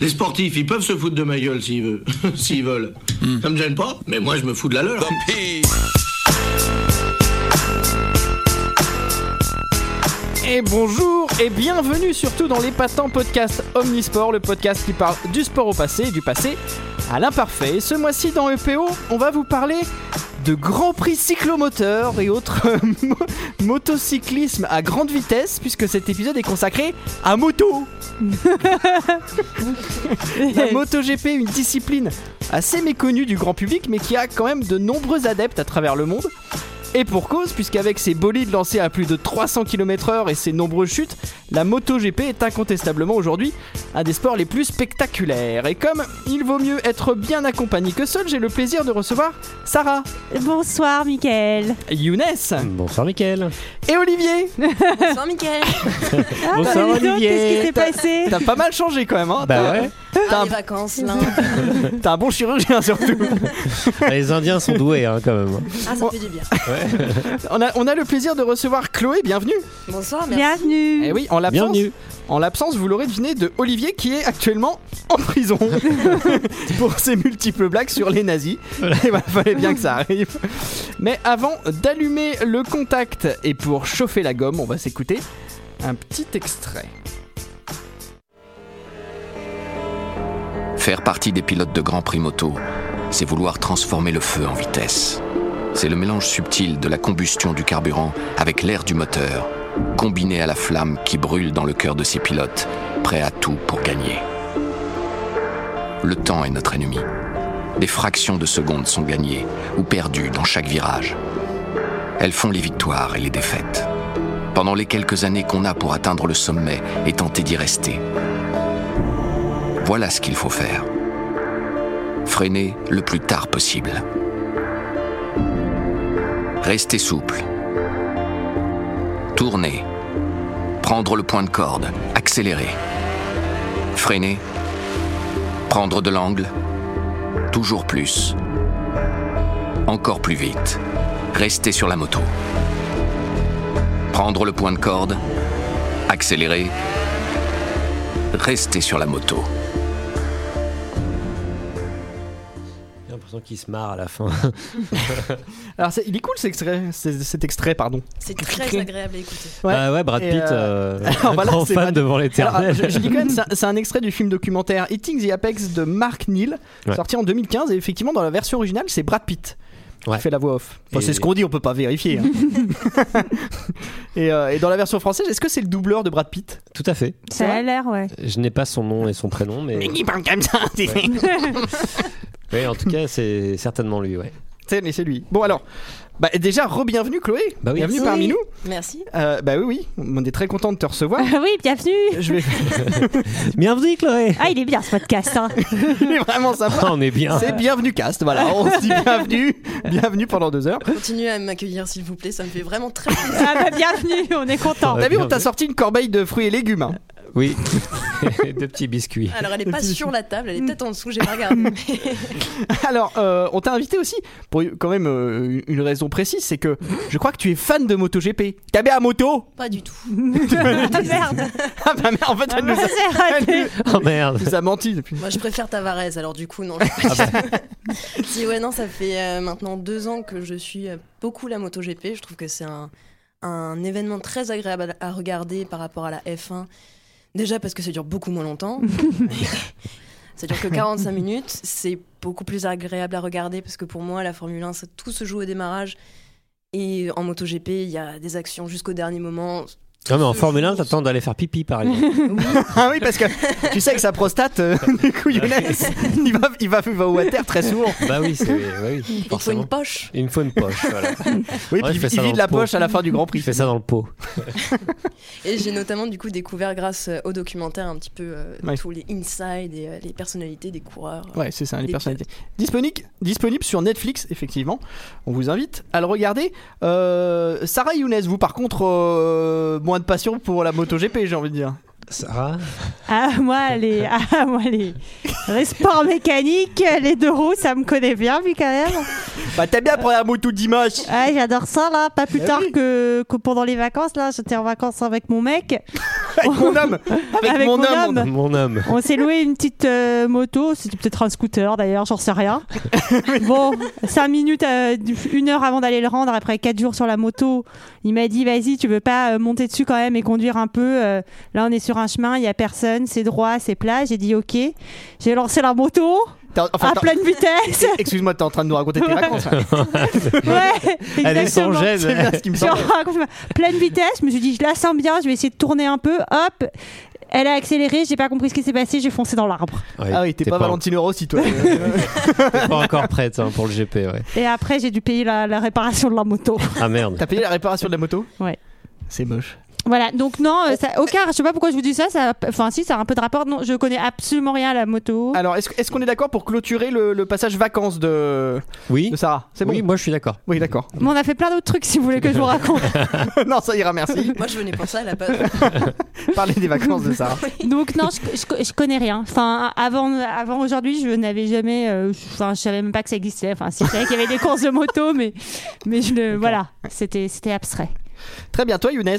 Les sportifs, ils peuvent se foutre de ma gueule s'ils veulent. s'ils veulent. Ça me gêne pas, mais moi je me fous de la leur. Et bonjour et bienvenue surtout dans l'épatant podcast Omnisport, le podcast qui parle du sport au passé et du passé à l'imparfait. Et ce mois-ci dans EPO, on va vous parler de Grand Prix cyclomoteur et autres euh, mo- motocyclisme à grande vitesse puisque cet épisode est consacré à moto. La MotoGP, une discipline assez méconnue du grand public mais qui a quand même de nombreux adeptes à travers le monde. Et pour cause, puisqu'avec ses bolides lancés à plus de 300 km/h et ses nombreuses chutes, la MotoGP est incontestablement aujourd'hui un des sports les plus spectaculaires. Et comme il vaut mieux être bien accompagné que seul, j'ai le plaisir de recevoir Sarah, Bonsoir, Mickaël. Younes Bonsoir Mickaël. et Olivier. Bonsoir Mickaël. Bonsoir, dis Ah, donc, Olivier. Qu'est-ce qui s'est passé T'as pas mal changé quand même, hein Bah T'as- ouais, T'as Ah, un- les vacances là. T'as un bon chirurgien surtout. Bah, les Indiens sont doués hein, quand même. Ah ça fait du bien. on, a, on a le plaisir de recevoir Chloé, bienvenue. Bonsoir, merci. Bienvenue. Eh oui, en l'absence, Bienvenue. En l'absence, vous l'aurez deviné, de Olivier qui est actuellement en prison pour ses multiples blagues sur les nazis. Il fallait bien que ça arrive. Mais avant d'allumer le contact et pour chauffer la gomme, on va s'écouter un petit extrait. Faire partie des pilotes de Grand Prix Moto, c'est vouloir transformer le feu en vitesse. C'est le mélange subtil de la combustion du carburant avec l'air du moteur, combiné à la flamme qui brûle dans le cœur de ces pilotes, prêts à tout pour gagner. Le temps est notre ennemi. Des fractions de secondes sont gagnées ou perdues dans chaque virage. Elles font les victoires et les défaites. Pendant les quelques années qu'on a pour atteindre le sommet et tenter d'y rester, voilà ce qu'il faut faire. Freiner le plus tard possible. Rester souple. Tourner. Prendre le point de corde. Accélérer. Freiner. Prendre de l'angle. Toujours plus. Encore plus vite. Rester sur la moto. Prendre le point de corde. Accélérer. Rester sur la moto. J'ai l'impression qu'il se marre à la fin. Alors c'est- il est cool cet extrait, c'est- cet extrait pardon. C'est très agréable à écouter. Ouais. Ah ouais, Brad Et, Pitt, euh, euh, alors voilà, grand c'est fan Brad- devant Alors, euh, l'éternel. je, je dis quand même, c'est un- c'est un extrait du film documentaire Eating the Apex de Mark Neal, Ouais. sorti en 2015. Et effectivement, dans la version originale, c'est Brad Pitt Ouais. qui fait la voix off. Enfin, Et- C'est ce qu'on dit, on peut pas vérifier. hein. et, euh, et dans la version française, est-ce que c'est le doubleur de Brad Pitt Tout à fait. C'est Ça a vrai l'air, ouais. Je n'ai pas son nom et son prénom, mais parle comme ça oui, en tout cas, c'est certainement lui. Ouais. Mais c'est lui. Bon, alors. Bah, déjà, re-bienvenue Chloé. Bah oui. Bienvenue Merci. parmi nous. Merci. Euh, bah oui, oui, on est très content de te recevoir. Ah oui, bienvenue. Je vais... Bienvenue Chloé. Ah, il est bien ce podcast. hein. Il est vraiment sympa. Ah, on est bien. C'est bienvenue cast, voilà. On se dit bienvenue, bienvenue pendant deux heures. Continuez à m'accueillir s'il vous plaît, ça me fait vraiment très plaisir. Ah bah bienvenue, on est content. T'as vu, on bienvenue. t'a sorti une corbeille de fruits et légumes. hein. Oui. Deux petits biscuits. Alors elle est pas sur la table, elle est peut-être en dessous, j'ai pas regardé. Alors, euh, on t'a invité aussi pour quand même euh, une raison précise, c'est que je crois que tu es fan de MotoGP. T'as bien à moto pas du tout. Ah merde. Ah bah merde, en fait, Ah, elle nous a, j'ai raté. elle Oh merde. nous a menti depuis. Moi je préfère Tavares, alors du coup non. je- Si ouais non, ça fait euh, maintenant deux ans que je suis euh, beaucoup la MotoGP. Je trouve que c'est un, un événement très agréable à à regarder par rapport à la F1. Déjà parce que ça dure beaucoup moins longtemps. ça dure que 45 minutes. C'est beaucoup plus agréable à regarder parce que pour moi, la Formule 1, ça, tout se joue au démarrage. Et en MotoGP, il y a des actions jusqu'au dernier moment. Non mais en Formule 1, t'attends d'aller faire pipi par exemple. Ah oui, parce que tu sais que sa prostate, euh, du coup, Younes, Ah il va, il va, il va au water très souvent. bah oui, c'est bah oui, Il faut forcément. une poche. Il me faut une poche. Voilà. Oui, Ouais, puis je fais il, ça dans vide le la pot. poche à la fin du Grand Je Prix. fais ça dans le pot. Et j'ai notamment du coup découvert grâce euh, au documentaire un petit peu euh, Ouais. tous les insides et euh, les personnalités des coureurs. Ouais, c'est ça, les Les personnalités. Disponible, disponible sur Netflix, effectivement. On vous invite à le regarder. Euh, Sarah Younes, vous par contre, euh, moins de passion pour la MotoGP, j'ai envie de dire. Sarah. Ah moi les, ah moi les, les sports mécaniques, les deux roues, ça me connaît bien, Mickaël. Bah t'aimes bien prendre un moto dimanche Ouais, j'adore ça là, pas plus Ah tard oui. que, que pendant les vacances là, j'étais en vacances avec mon mec, avec mon homme Avec, Avec mon, mon homme, homme. Mon homme. on s'est loué une petite euh, moto, c'était peut-être un scooter d'ailleurs, j'en sais rien. bon, cinq minutes, euh, une heure avant d'aller le rendre, après quatre jours sur la moto, il m'a dit vas-y, tu veux pas euh, monter dessus quand même et conduire un peu, euh, là on est sur un chemin, il y a personne, c'est droit, c'est plat, j'ai dit ok, j'ai lancé la moto T'es en- enfin, à t'es en- pleine vitesse, Excuse-moi, t'es en train de nous raconter tes Ouais. vacances. hein. ouais, Elle est sans exactement. gêne. C'est bien ce qui me Sur semble. un confinement. pleine vitesse, je me suis dit, je la sens bien, je vais essayer de tourner un peu, hop. Elle a accéléré, j'ai pas compris ce qui s'est passé, j'ai foncé dans l'arbre. Ouais, Ah oui, t'es pas, Valentino Rossi, toi. Euh, t'es pas encore prête hein, pour le GP, ouais. Et après, j'ai dû payer la, la réparation de la moto. Ah merde. T'as payé la réparation de la moto Ouais. C'est moche. Voilà, donc non, euh, ça, aucun, je sais pas pourquoi je vous dis ça, ça enfin si, ça a un peu de rapport, non, je connais absolument rien à la moto. Alors, est-ce est-ce qu'on est d'accord pour clôturer le, le passage vacances de, Oui. de Sarah C'est bon Oui, moi je suis d'accord. Oui, d'accord. Mais on a fait plein d'autres trucs si vous voulez que je vous raconte. non, ça ira, merci. Moi, je venais penser à la pa- Parler des vacances de Sarah. Donc non, je, je, je connais rien. Enfin, avant, avant aujourd'hui, je n'avais jamais, euh, je- enfin, je savais même pas que ça existait. Enfin, c'est vrai qu'il y avait des courses de moto, mais, mais je le, voilà, c'était, c'était abstrait. Très bien, toi, Younes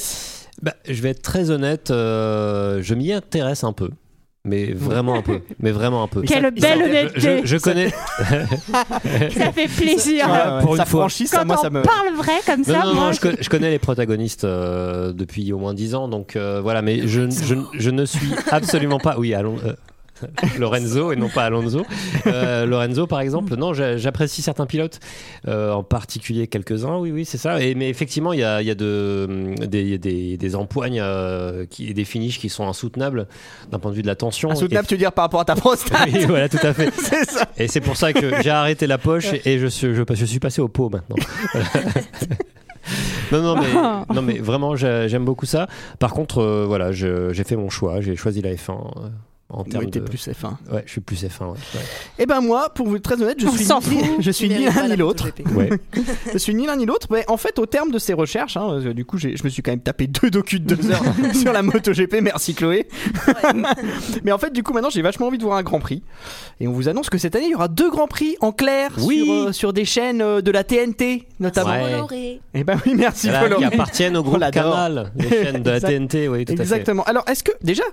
Bah, je vais être très honnête, euh, je m'y intéresse un peu. Mais vraiment un peu. Mais vraiment un peu. Il Quelle s'appelle- belle il Je, honnêteté, je- je connais. ça fait plaisir. Ah, pour ça une fois. franchit, ça, Quand moi, on ça me. parle vrai comme Non, ça, non, moi, non, je, co- je connais les protagonistes euh, depuis au moins 10 ans, donc euh, voilà, mais je, je- je ne suis absolument pas. Oui, allons. euh, Lorenzo et non pas Alonso. Euh, Lorenzo, par exemple, non, j'a- j'apprécie certains pilotes, euh, en particulier quelques-uns, oui, oui, c'est ça. Et, mais effectivement, il y a, il y a de, hum, des, des, des empoignes euh, qui- et des finishes qui sont insoutenables d'un point de vue de la tension. Insoutenable, tu veux dire, par rapport à ta prostate Et- oui, voilà, tout à fait. C'est ça. Et c'est pour ça que j'ai arrêté la poche et je suis, je, je suis passé au pot maintenant. non, non, mais, non, mais vraiment, j'ai- j'aime beaucoup ça. Par contre, euh, voilà, je- j'ai fait mon choix. J'ai choisi la F1 euh, en termes Oui, t'es de. plus F1. Ouais, je suis plus F1. ouais, Eh ben, moi, pour vous être très honnête, je On suis s'en ni, je suis ni Véritable l'un ni l'autre. MotoGP. Ouais. Ouais. Je suis ni l'un ni l'autre, mais en fait, au terme de ces recherches, hein, euh, du coup, j'ai- je me suis quand même tapé deux docus de deux heures sur la MotoGP, merci Chloé. mais en fait, du coup, maintenant, j'ai vachement envie de voir un Grand Prix. Et on vous annonce que cette année, il y aura deux Grands Prix en clair Oui. sur, euh, sur des chaînes euh, de la TNT, notamment. Ouais. Coloré. Et ben oui, merci Voilà, Polo. qui appartiennent au groupe l'adore. Canal, les chaînes de la Exact- TNT, oui, tout à fait. Exactement. Alors, est-ce que déjà,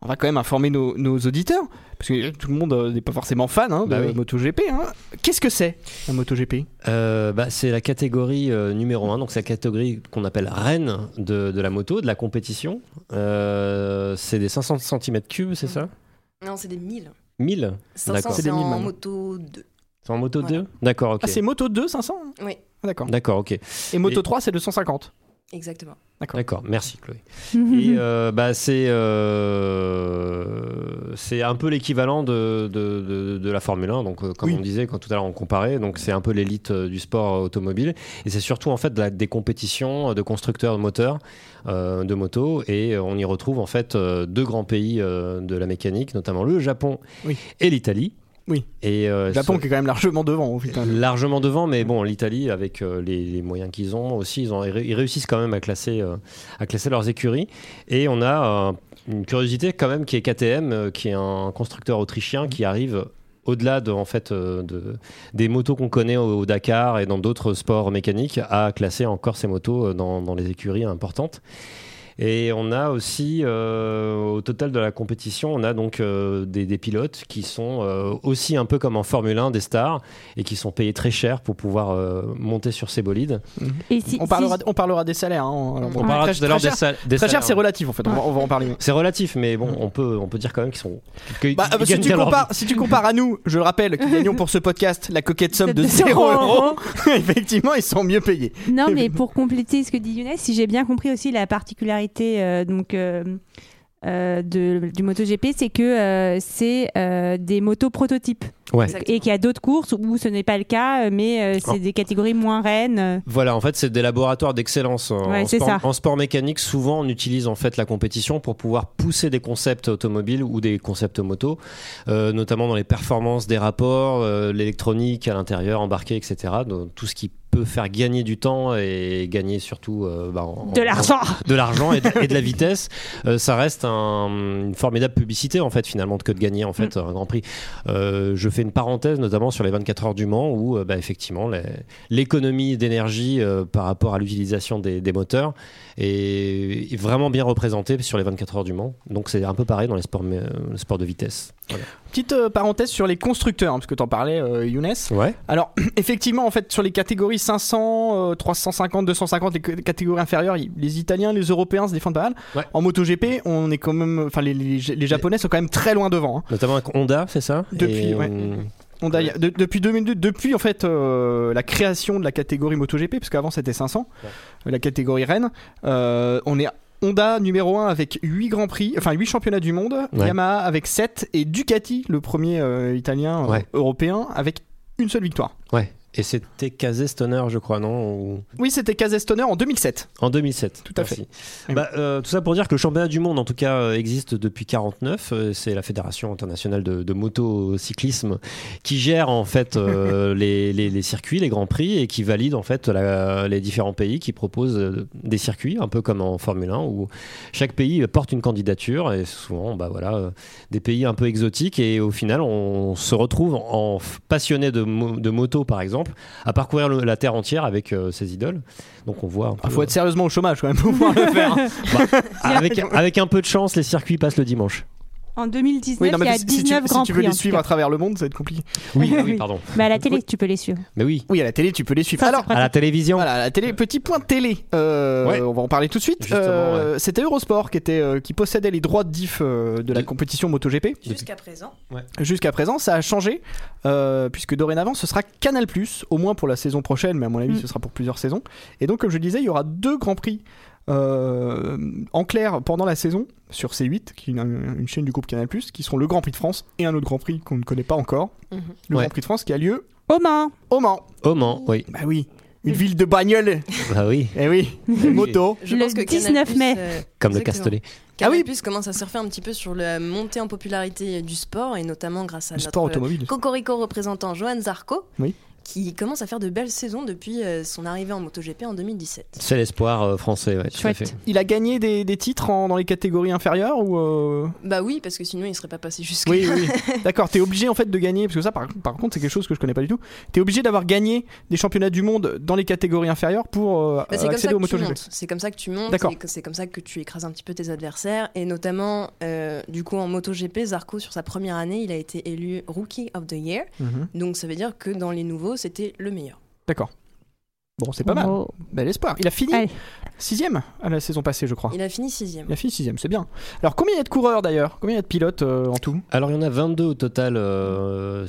on va quand même informer nos, nos auditeurs, parce que tout le monde euh, n'est pas forcément fan hein, de Bah oui. MotoGP. hein. Qu'est-ce que c'est la MotoGP Euh, bah, c'est la catégorie euh, numéro 1, donc c'est la catégorie qu'on appelle reine de, de la moto, de la compétition. Euh, c'est des 500 cm3, c'est ça Non, c'est des 1000. 1000 500, D'accord. C'est des c'est mille, en maintenant. moto 2. C'est en moto Voilà. 2 D'accord, ok. Ah, c'est Moto 2 500 hein Oui, Ah, D'accord. D'accord, ok. Et Moto Et- 3, c'est 250. exactement. D'accord, merci Chloé. Mhm. Et euh, bah, c'est euh, c'est un peu l'équivalent de, de, de- de la Formule 1, donc euh, comme Oui. on disait quand tout à l'heure on comparait, donc c'est un peu l'élite euh, du sport euh, automobile. Et c'est surtout en fait de la- des compétitions euh, de constructeurs de moteurs, euh, de motos, et euh, on y retrouve en fait euh, deux grands pays euh, de la mécanique, notamment le Japon Oui. et l'Italie. Oui. Et euh, Le Japon ce- qui est quand même largement devant. au final. largement devant, mais bon, l'Italie, avec euh, les, les moyens qu'ils ont aussi, ils, ont, ils ré- ils réussissent quand même à classer, euh, à classer leurs écuries. Et on a euh, une curiosité quand même qui est KTM, euh, qui est un constructeur autrichien qui arrive au-delà de, en fait, euh, de, des motos qu'on connaît au, au Dakar et dans d'autres sports mécaniques, à classer encore ces motos euh, dans, dans les écuries importantes. Et on a aussi, euh, au total de la compétition, on a donc euh, des, des pilotes qui sont euh, aussi un peu comme en Formule 1 des stars et qui sont payés très cher pour pouvoir euh, monter sur ces bolides. Et si- On si- parlera, on parlera des salaires. hein. On- alors, On on- parlera très, tout à l'heure très des, cher, sal- des très cher, salaires. hein. c'est relatif en fait. On va, on va en parler. C'est relatif, mais bon, on peut, on peut dire quand même qu'ils sont. que- Bah, ils euh, si, gagnent tu bien leur compares, si tu compares à nous, je le rappelle, qui gagnons pour ce podcast la coquette somme de 0 euros, effectivement, ils sont mieux payés. Non, mais pour compléter ce que dit Younes, si j'ai bien compris aussi la particularité euh, donc, euh, euh, de, du MotoGP, c'est que euh, c'est euh, des motos prototypes vie. Ouais. Exactement. et qu'il y a d'autres courses où ce n'est pas le cas, euh, mais euh, c'est Oh. des catégories moins reines. euh, Voilà, en fait, c'est des laboratoires d'excellence. En- Ouais, en, c'est ça. sport, en sport mécanique, souvent, on utilise en fait la compétition pour pouvoir pousser des concepts automobiles ou des concepts moto, euh, notamment dans les performances des rapports, euh, l'électronique à l'intérieur, embarquée, etc. Donc, tout ce qui peut faire gagner du temps et gagner surtout euh, bah, en- De en- Oh. l'argent de l'argent et, de- et de la vitesse, euh, ça reste un- une formidable publicité en fait finalement que de gagner en fait un Grand Prix. Euh, je fais une parenthèse notamment sur les 24 heures du Mans où euh, bah, effectivement les- l'économie d'énergie euh, par rapport à l'utilisation des, des moteurs est, est vraiment bien représentée sur les 24 heures du Mans. Donc c'est un peu pareil dans les sports, mais, euh, les sports de vitesse. Petite euh, parenthèse sur les constructeurs, hein, parce que t'en parlais, euh, Younes. Ouais. Alors, effectivement, en fait, sur les catégories 500, euh, 350, 250, les c- catégories inférieures, y- les Italiens, les Européens se défendent pas mal. Ouais. En MotoGP, on est quand même, enfin, les, les- les Japonais sont quand même très loin devant. hein. Notamment avec Honda, c'est ça Depuis, Et, ouais. euh, Honda, il y a- de- depuis 2002, depuis en fait euh, la création de la catégorie MotoGP, parce qu'avant c'était 500, Ouais. euh, la catégorie Rennes, euh, on est Honda numéro 1 avec 8 grands prix, enfin 8 championnats du monde, Ouais. Yamaha avec 7 et Ducati, le premier euh, italien euh, Ouais. européen, avec une seule victoire. ouais. Et c'était Kazé Stoner, je crois, non Ou- Oui, c'était Kazestoner en 2007. En 2007. Tout à Merci. Et Bah, euh, tout ça pour dire que le championnat du monde, en tout cas, euh, existe depuis 49. Euh, C'est la Fédération internationale de, de motocyclisme qui gère en fait euh, les, les- les circuits, les grands prix et qui valide en fait la- les différents pays qui proposent euh, des circuits, un peu comme en Formule 1 où chaque pays porte une candidature et souvent, bah voilà, euh, des pays un peu exotiques et au final, on se retrouve en, en passionné de, mo- de moto par exemple à parcourir le- la terre entière avec euh, ses idoles. Donc on voit. un peu- Il faut être sérieusement au chômage quand même pour pouvoir le faire. avec, avec un peu de chance, les circuits passent le dimanche. En 2019, Oui, non, il y mais a si, si 19 tu, si grands tu veux prix. les en tout suivre cas. à travers le monde, ça va être compliqué. Oui, Oui, ah oui. oui, pardon. Mais à la télé, tu peux les suivre. Mais oui, Oui, à la télé, tu peux les suivre. Ça, c'est Alors, à la télévision. Voilà, la télé, petit point de télé. Euh, Ouais. On va en parler tout de suite. Justement, Euh, C'était Eurosport qui, était, euh, qui possédait les droits de diff euh, de la compétition MotoGP. Jusqu'à présent. Jusqu'à présent, ça a changé, euh, puisque dorénavant, ce sera Canal, au moins pour la saison prochaine, mais à mon avis, Mm. ce sera pour plusieurs saisons. Et donc, comme je le disais, il y aura deux grands prix euh, en clair pendant la saison sur C8, qui est une, une chaîne du groupe Canal, qui seront le Grand Prix de France et un autre Grand Prix qu'on ne connaît pas encore. Mhm. Le Ouais. Grand Prix de France qui a lieu Au Mans au Mans. Au Mans, oui. Bah oui, une Mm. ville de bagnoles. Bah oui, Eh oui, les motos. Je Le pense que 19 mai. euh, comme le Exactement. Castellet. Canal Ah oui. Plus commence à surfer un petit peu sur la montée en popularité du sport et notamment grâce à Du notre sport automobile. Cocorico représentant Johan Zarco. Oui. Qui commence à faire de belles saisons depuis euh, son arrivée en MotoGP en 2017. C'est l'espoir euh, français, ouais, tout à Chouette. fait. Il a gagné des, des titres en- dans les catégories inférieures ou euh, Bah oui, parce que sinon il ne serait pas passé jusque Oui, oui. D'accord, t'es obligé en fait de gagner, parce que ça par, par contre c'est quelque chose que je connais pas du tout. T'es obligé d'avoir gagné des championnats du monde dans les catégories inférieures pour euh, Bah, c'est comme ça accéder que au tu MotoGP. montes. C'est comme ça que tu montes. D'accord. et que C'est comme ça que tu écrases un petit peu tes adversaires. Et notamment, euh, du coup, en MotoGP, Zarco, sur sa première année, il a été élu Rookie of the Year. Mhm. Donc ça veut dire que dans les nouveaux, c'était le meilleur. D'accord. Bon, c'est pas mal. Oh. Bel espoir. Il a fini Allez. sixième à la saison passée, je crois. Il a fini sixième. Il a fini sixième, c'est bien. Alors combien il y a de coureurs d'ailleurs Combien il y a de pilotes euh, en tout Alors il y en a 22 au total, euh,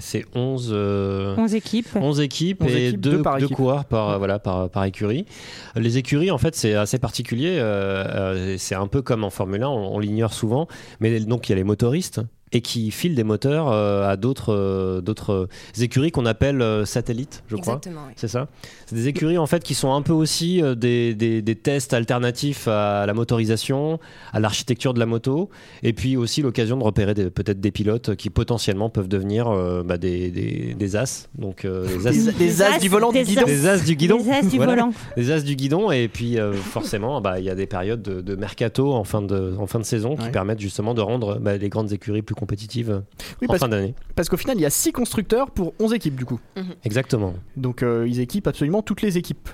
c'est c'est 11, euh, 11 équipes. 11 équipes 11 et équipes, 2 deux par équipe. coureurs par, euh, voilà, par, par écurie. Les écuries, en fait, c'est assez particulier. euh, euh, c'est un peu comme en Formule 1, on, on l'ignore souvent. Mais donc, il y a les motoristes et qui filent des moteurs euh, à d'autres euh, d'autres écuries qu'on appelle euh, satellites, je crois. Exactement. oui. C'est ça. C'est des écuries en fait qui sont un peu aussi euh, des, des- des tests alternatifs à la motorisation, à l'architecture de la moto, et puis aussi l'occasion de repérer des- peut-être des pilotes qui potentiellement peuvent devenir euh, bah, des, des- des as, donc euh, des as, Des, des as, as, du volant, du des guidon. as. des as du guidon. Les as du Voilà. volant. Les as du guidon, et puis euh, forcément, bah, il y a des périodes de, de mercato en fin de, en fin de saison qui Ouais. permettent justement de rendre bah, les grandes écuries plus compétitives Oui, en parce, fin d'année. parce qu'au final, il y a six constructeurs pour 11 équipes du coup. Exactement. Donc euh, ils équipent absolument toutes les équipes.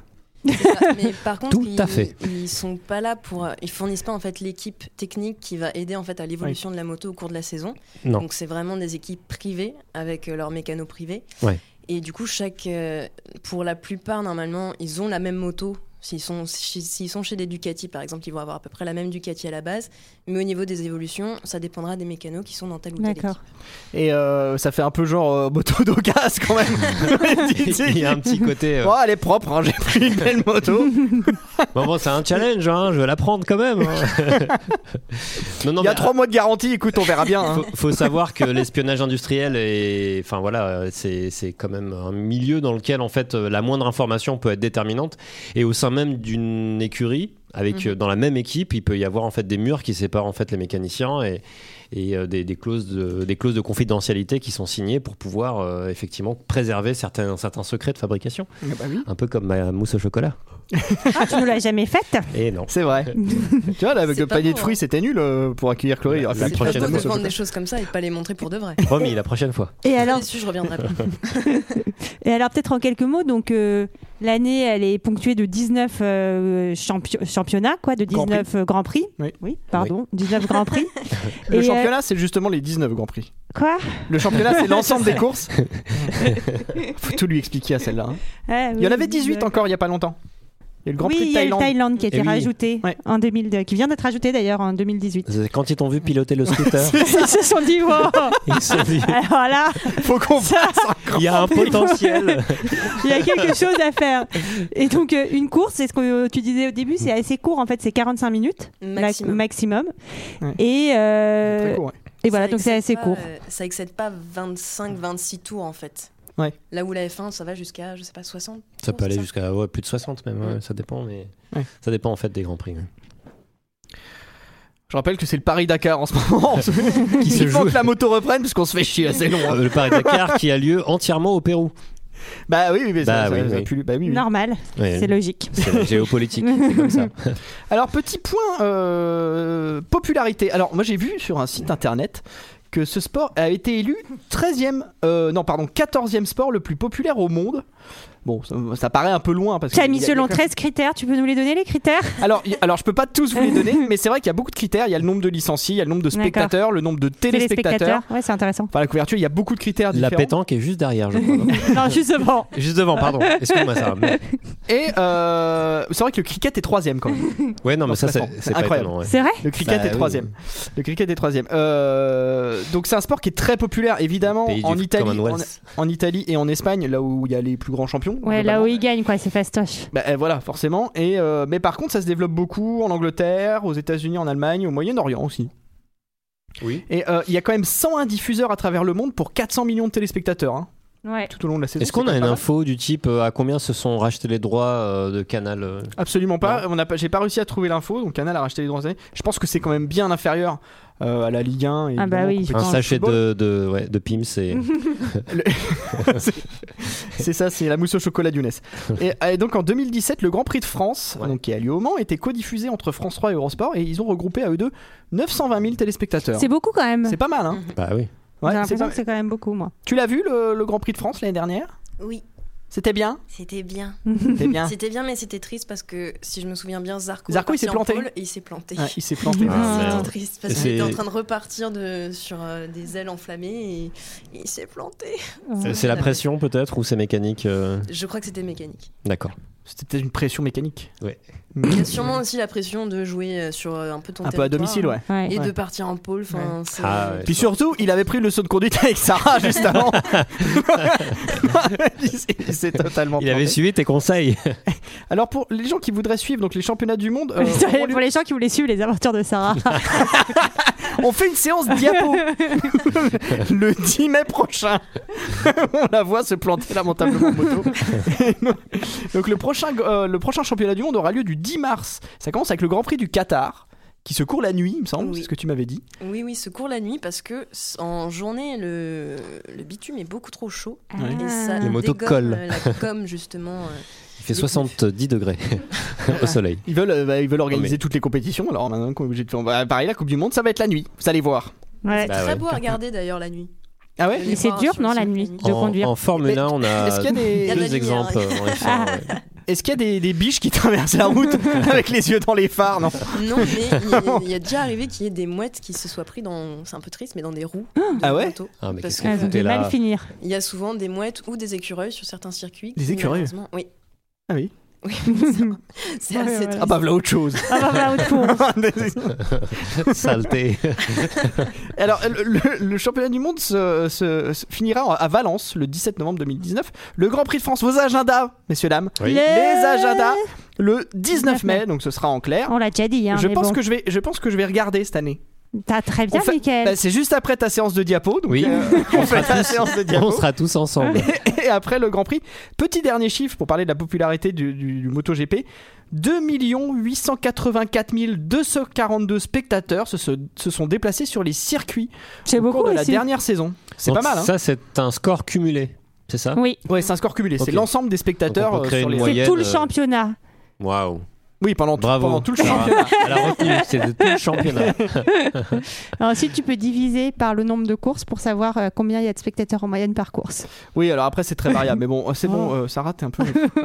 C'est ça. Mais par contre, Tout ils, à fait. ils sont pas là pour. euh, Ils fournissent pas en fait l'équipe technique qui va aider en fait à l'évolution de la moto au cours de la saison. Non. Donc c'est vraiment des équipes privées avec euh, leurs mécanos privés. Ouais. Et du coup, chaque, euh, pour la plupart normalement, ils ont la même moto. S'ils sont, si- s'ils sont chez des Ducati, par exemple, ils vont avoir à peu près la même Ducati à la base. Mais au niveau des évolutions, ça dépendra des mécanos qui sont dans telle ou telle équipe. D'accord. Et euh, ça fait un peu genre euh, moto d'occasion quand même. Il y a un petit côté. euh, Oh, elle est propre, hein, j'ai pris une belle moto. Bon, bon, c'est un challenge, hein, je vais l'apprendre quand même. hein. non, non, Il y a mais, euh, trois mois de garantie, écoute, on verra bien. hein. Faut, faut savoir que l'espionnage industriel est, enfin voilà, euh, c'est c'est quand même un milieu dans lequel en fait euh, la moindre information peut être déterminante. Et au sein même d'une écurie, Avec, Mhm. euh, dans la même équipe, il peut y avoir en fait des murs qui séparent en fait les mécaniciens et, et, euh, des, des clauses de, des clauses de confidentialité qui sont signées pour pouvoir euh, effectivement préserver certains, certains secrets de fabrication. bah oui. Un peu comme ma mousse au chocolat. Ah, tu nous l'as jamais faite Et non. C'est vrai. tu vois, là, avec C'est le pas panier beau, de fruits, hein. c'était nul euh, pour accueillir Chloé. Il aurait Bah, La fallu C'est qu'il pas fasse prochaine beau de la de annonce, vendre mousse au des choses comme ça et de pas les montrer pour de vrai. Promis, la prochaine fois. Et alors, Là-dessus, je reviendrai pas. et alors peut-être en quelques mots, donc euh, l'année elle est ponctuée de 19 euh, champio- championnats, quoi, de Grand 19 euh, Grands Prix. Oui. pardon, 19 Grands Prix. chocolat. Le Et, euh, championnat, c'est justement les 19 Grands Prix. quoi Le championnat, c'est l'ensemble des courses. Faut tout lui expliquer à celle-là. hein. Ouais, Il y en oui, avait 18 euh, encore il y a pas longtemps. Il y a eu le Grand oui, Prix il de y a le Thaïlande. Eh Thaïlande qui a Et été oui. rajouté Ouais. en 2002, qui vient d'être ajouté d'ailleurs en 2018. C'est Quand ils t'ont vu piloter le scooter, Ils se sont dit, wow, ils se sont dit alors là, Faut qu'on ça, il y a un potentiel. il y a quelque chose à faire. Et donc, euh, une course, c'est ce que euh, tu disais au début, Mm. c'est assez court en fait, c'est 45 minutes la- Maximum. maximum. Ouais. Et, euh, Très court, ouais. et voilà, Ça donc c'est assez excède pas, court. euh, ça excède pas 25-26 tours en fait. Ouais. Là où la F1, ça va jusqu'à, je sais pas, 60. Ça peut c'est aller ça jusqu'à ouais, plus de 60 même, ouais, ça dépend, mais Ouais. ça dépend en fait des grands prix. ouais. Je rappelle que c'est le Paris Dakar en ce moment. Qui se joue. que la moto reprenne parce qu'on se fait chier assez long. hein. Euh, le Paris-Dakar qui a lieu entièrement au Pérou. Bah oui, oui, mais ça- Bah ça- oui, ça oui. pue lui. Bah oui, oui. Normal, Ouais, c'est logique. c'est la géopolitique, c'est comme ça. Alors petit point euh, popularité. Alors moi j'ai vu sur un site internet que ce sport a été élu 13e euh, non pardon 14e sport le plus populaire au monde. Bon, ça, ça paraît un peu loin parce que Tu as mis il y a- selon 13 critères, tu peux nous les donner les critères Alors, il- alors je peux pas tous vous les donner, mais c'est vrai qu'il y a beaucoup de critères. Il y a le nombre de licenciés, il y a le nombre de D'accord. spectateurs, le nombre de téléspectateurs. Ouais, c'est intéressant. Enfin, la couverture, il y a beaucoup de critères La différents. pétanque est juste derrière, je crois. non non, justement. juste devant, pardon. Excuse-moi ça. mais- Et euh, c'est vrai que le cricket est troisième quand même. Ouais, non, Non, mais ça c'est c'est classement. c'est pas Incroyable. étonnant. ouais. C'est vrai Le cricket Bah est oui. troisième. Le cricket est troisième. Euh, donc c'est un sport qui est très populaire, évidemment, Pays du en Italie, en, Commonwealth. en Italie et en Espagne, là où il y a les plus grands champions. Ouais, là globalement. où ils gagnent, quoi, c'est fastoche. Bah, euh, voilà, forcément. Et euh, mais par contre, ça se développe beaucoup en Angleterre, aux États-Unis, en Allemagne, au Moyen-Orient aussi. Oui. Et euh, il y a quand même 101 diffuseurs à travers le monde pour 400 millions de téléspectateurs hein, Ouais. tout au long de la saison. c'est Est-ce qu'on quand a même une pas mal. info du type euh, à combien se sont rachetés les droits euh, de Canal euh, Absolument pas. On n'a pas. J'ai pas réussi à trouver l'info. Donc Canal a racheté les droits. Je pense que c'est quand même bien inférieur euh, à la Ligue 1. Et Ah bah évidemment, oui, compétition Un Dans le sachet football. de, de, ouais, de Pim, c'est. C'est ça, c'est la mousse au chocolat d'Younes. Et, et donc en 2017, le Grand Prix de France, Ouais. donc qui a lieu au Mans, était codiffusé entre France 3 et Eurosport et ils ont regroupé à eux deux 920 000 téléspectateurs. C'est beaucoup quand même. C'est pas mal, hein bah oui. Ouais, c'est J'ai l'impression pas- que c'est quand même beaucoup, moi. Tu l'as vu le, le Grand Prix de France l'année dernière Oui, C'était bien c'était bien. C'était bien. C'était bien, mais c'était triste parce que si je me souviens bien, Zarco, est Ah. Zarco, il parti s'est en planté. pole et il s'est planté. Ouais, il s'est planté. Mm. Ah, C'était merde. triste parce Et qu'il était c'est- en train de repartir de, sur euh, des ailes enflammées et, et il s'est planté. Euh, C'est la pression peut-être ou c'est mécanique euh, Je crois que c'était mécanique. D'accord. C'était peut-être une pression mécanique. Ouais. Il y a sûrement aussi la pression de jouer euh, sur euh, un peu ton Un peu à territoire, domicile, ouais. Ouais. Et Ouais. de partir en pôle, enfin, c'est- Ah, ouais. Puis surtout, il avait pris le saut de conduite avec Sarah juste avant. il s'est- il s'est totalement Il avait planté. suivi tes conseils. Alors pour les gens qui voudraient suivre donc les championnats du monde, euh, Désolée on, pour les gens qui voulaient suivre les aventures de Sarah. on fait une séance diapo le 10 mai prochain. on la voit se planter lamentablement en moto. Et donc- donc le prochain, euh, le prochain championnat du monde aura lieu du 10 mars. Ça commence avec le Grand Prix du Qatar qui se court la nuit, il me semble, Oui. c'est ce que tu m'avais dit. Oui, oui, secours la nuit parce que s- en journée, le, le bitume est beaucoup trop chaud. Ouais. Et ça Les motos dégomme, collent. euh, La com, justement. euh. Il fait 70 degrés au soleil. Ils veulent, euh, bah, ils veulent organiser mais- toutes les compétitions. Alors maintenant qu'on est obligé de faire, bah, pareil la Coupe du Monde, ça va être la nuit. Vous allez voir. Ouais. C'est Bah très ouais. beau à regarder d'ailleurs la nuit. Ah ouais. Je Mais vais c'est voir dur, sur le non, la site nuit, nuit. de en, conduire. en Formule Mais 1, on a, Euh, Est-ce qu'il y a des, Il y a de la deux lumière. exemples. en F1, ouais. Est-ce qu'il y a des, des biches qui traversent la route avec les yeux dans les phares Non. Non, mais il y a- il y, a déjà arrivé qu'il y ait des mouettes qui se soient pris dans. C'est un peu triste, mais dans des roues. de Ah ouais moto. Ah, mais Parce qu'est-ce que- que Elles vont vous foutez là mal finir. Il y a souvent des mouettes ou des écureuils sur certains circuits. Des qui, écureuils malheureusement- Oui. Ah oui. Oui, c'est- c'est Ouais, assez ouais, triste. Ah bah voilà autre chose. Ah bah voilà, autre pour. Saleté. Alors, le, le- le championnat du monde se, se- se finira en- à Valence le 17 novembre 2019. Le Grand Prix de France, vos agendas, messieurs, dames. Oui. Les- Les agendas, le 19 19 mai, mai. donc ce sera en clair. On l'a déjà dit, hein, Je mais pense, bon. que je, vais, je pense que je vais regarder cette année. T'as très bien, On fait- Mickaël. Bah, c'est juste après ta séance de diapo, donc Oui. euh, on fait ta séance de On diapo. sera tous ensemble. Et après le Grand Prix, petit dernier chiffre pour parler de la popularité du, du- du MotoGP. 2 884 242 spectateurs se, se- se sont déplacés sur les circuits C'est au cours beaucoup de la aussi. dernière saison. C'est Donc pas mal. Hein Ça, c'est un score cumulé, c'est ça Oui. ouais, c'est un score cumulé. C'est Ok. l'ensemble des spectateurs Donc on peut euh, créer sur une les. moyenne. C'est tout le euh, championnat. Waouh. Oui, pendant tout, Bravo. pendant tout le championnat. Elle a retenu, c'est de tout le championnat. Ensuite, tu peux diviser par le nombre de courses pour savoir euh, combien il y a de spectateurs en moyenne par course. Oui, alors après c'est très variable, mais bon, c'est Ah. bon, euh, ça rate un peu.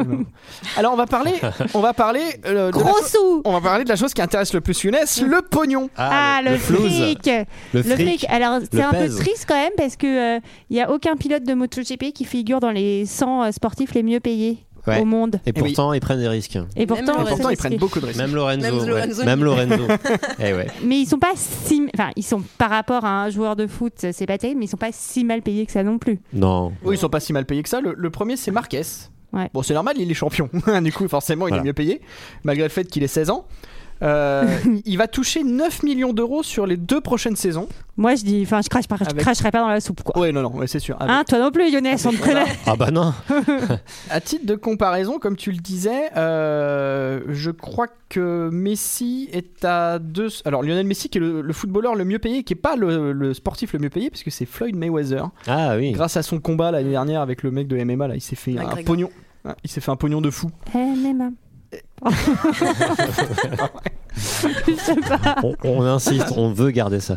alors on va parler, on va parler, euh, de la Gros cho- sous on va parler de la chose qui intéresse le plus Younes, le pognon. Ah, le, flouze. fric Le Le fric, fric. alors c'est Le un peu pèse. triste quand même parce que euh, il n'y a aucun pilote de MotoGP qui figure dans les 100 euh, sportifs les mieux payés Ouais. au monde. Et pourtant, ils prennent des risques. Et pourtant, Ouais, Et pourtant Ah c'est ils prennent risqué. beaucoup de risques. Même Lorenzo. Même ouais. Lorenzo. Même Lorenzo. Eh ouais. Mais ils sont pas si, enfin ils sont par rapport à un joueur de foot, c'est pas terrible, mais ils sont pas si mal payés que ça non plus. Non. Oui, ils sont pas si mal payés que ça. Le, le premier c'est Marquez. Ouais. Bon, c'est normal, il est champion. Hein, du coup, forcément, il Voilà. est mieux payé, malgré le fait qu'il ait 16 ans. Euh, il va toucher 9 millions d'euros sur les deux prochaines saisons. Moi je dis, enfin je crache pas, je Avec- cracherai pas dans la soupe quoi. Ouais, non, non, ouais, c'est sûr. Ah, Avec- Hein, toi non plus Lionel, on te connaît. Ah bah non. À titre de comparaison, comme tu le disais, euh, je crois que Messi est à deux. Alors Lionel Messi, qui est le, le footballeur le mieux payé, qui est pas le, le sportif le mieux payé, puisque c'est Floyd Mayweather. Ah oui. Grâce à son combat l'année dernière avec le mec de MMA, là, il s'est fait Ah, un Gregor. pognon. Ah, Il s'est fait un pognon de fou. Eh, mais ma- je sais pas. On, on insiste, on veut garder ça.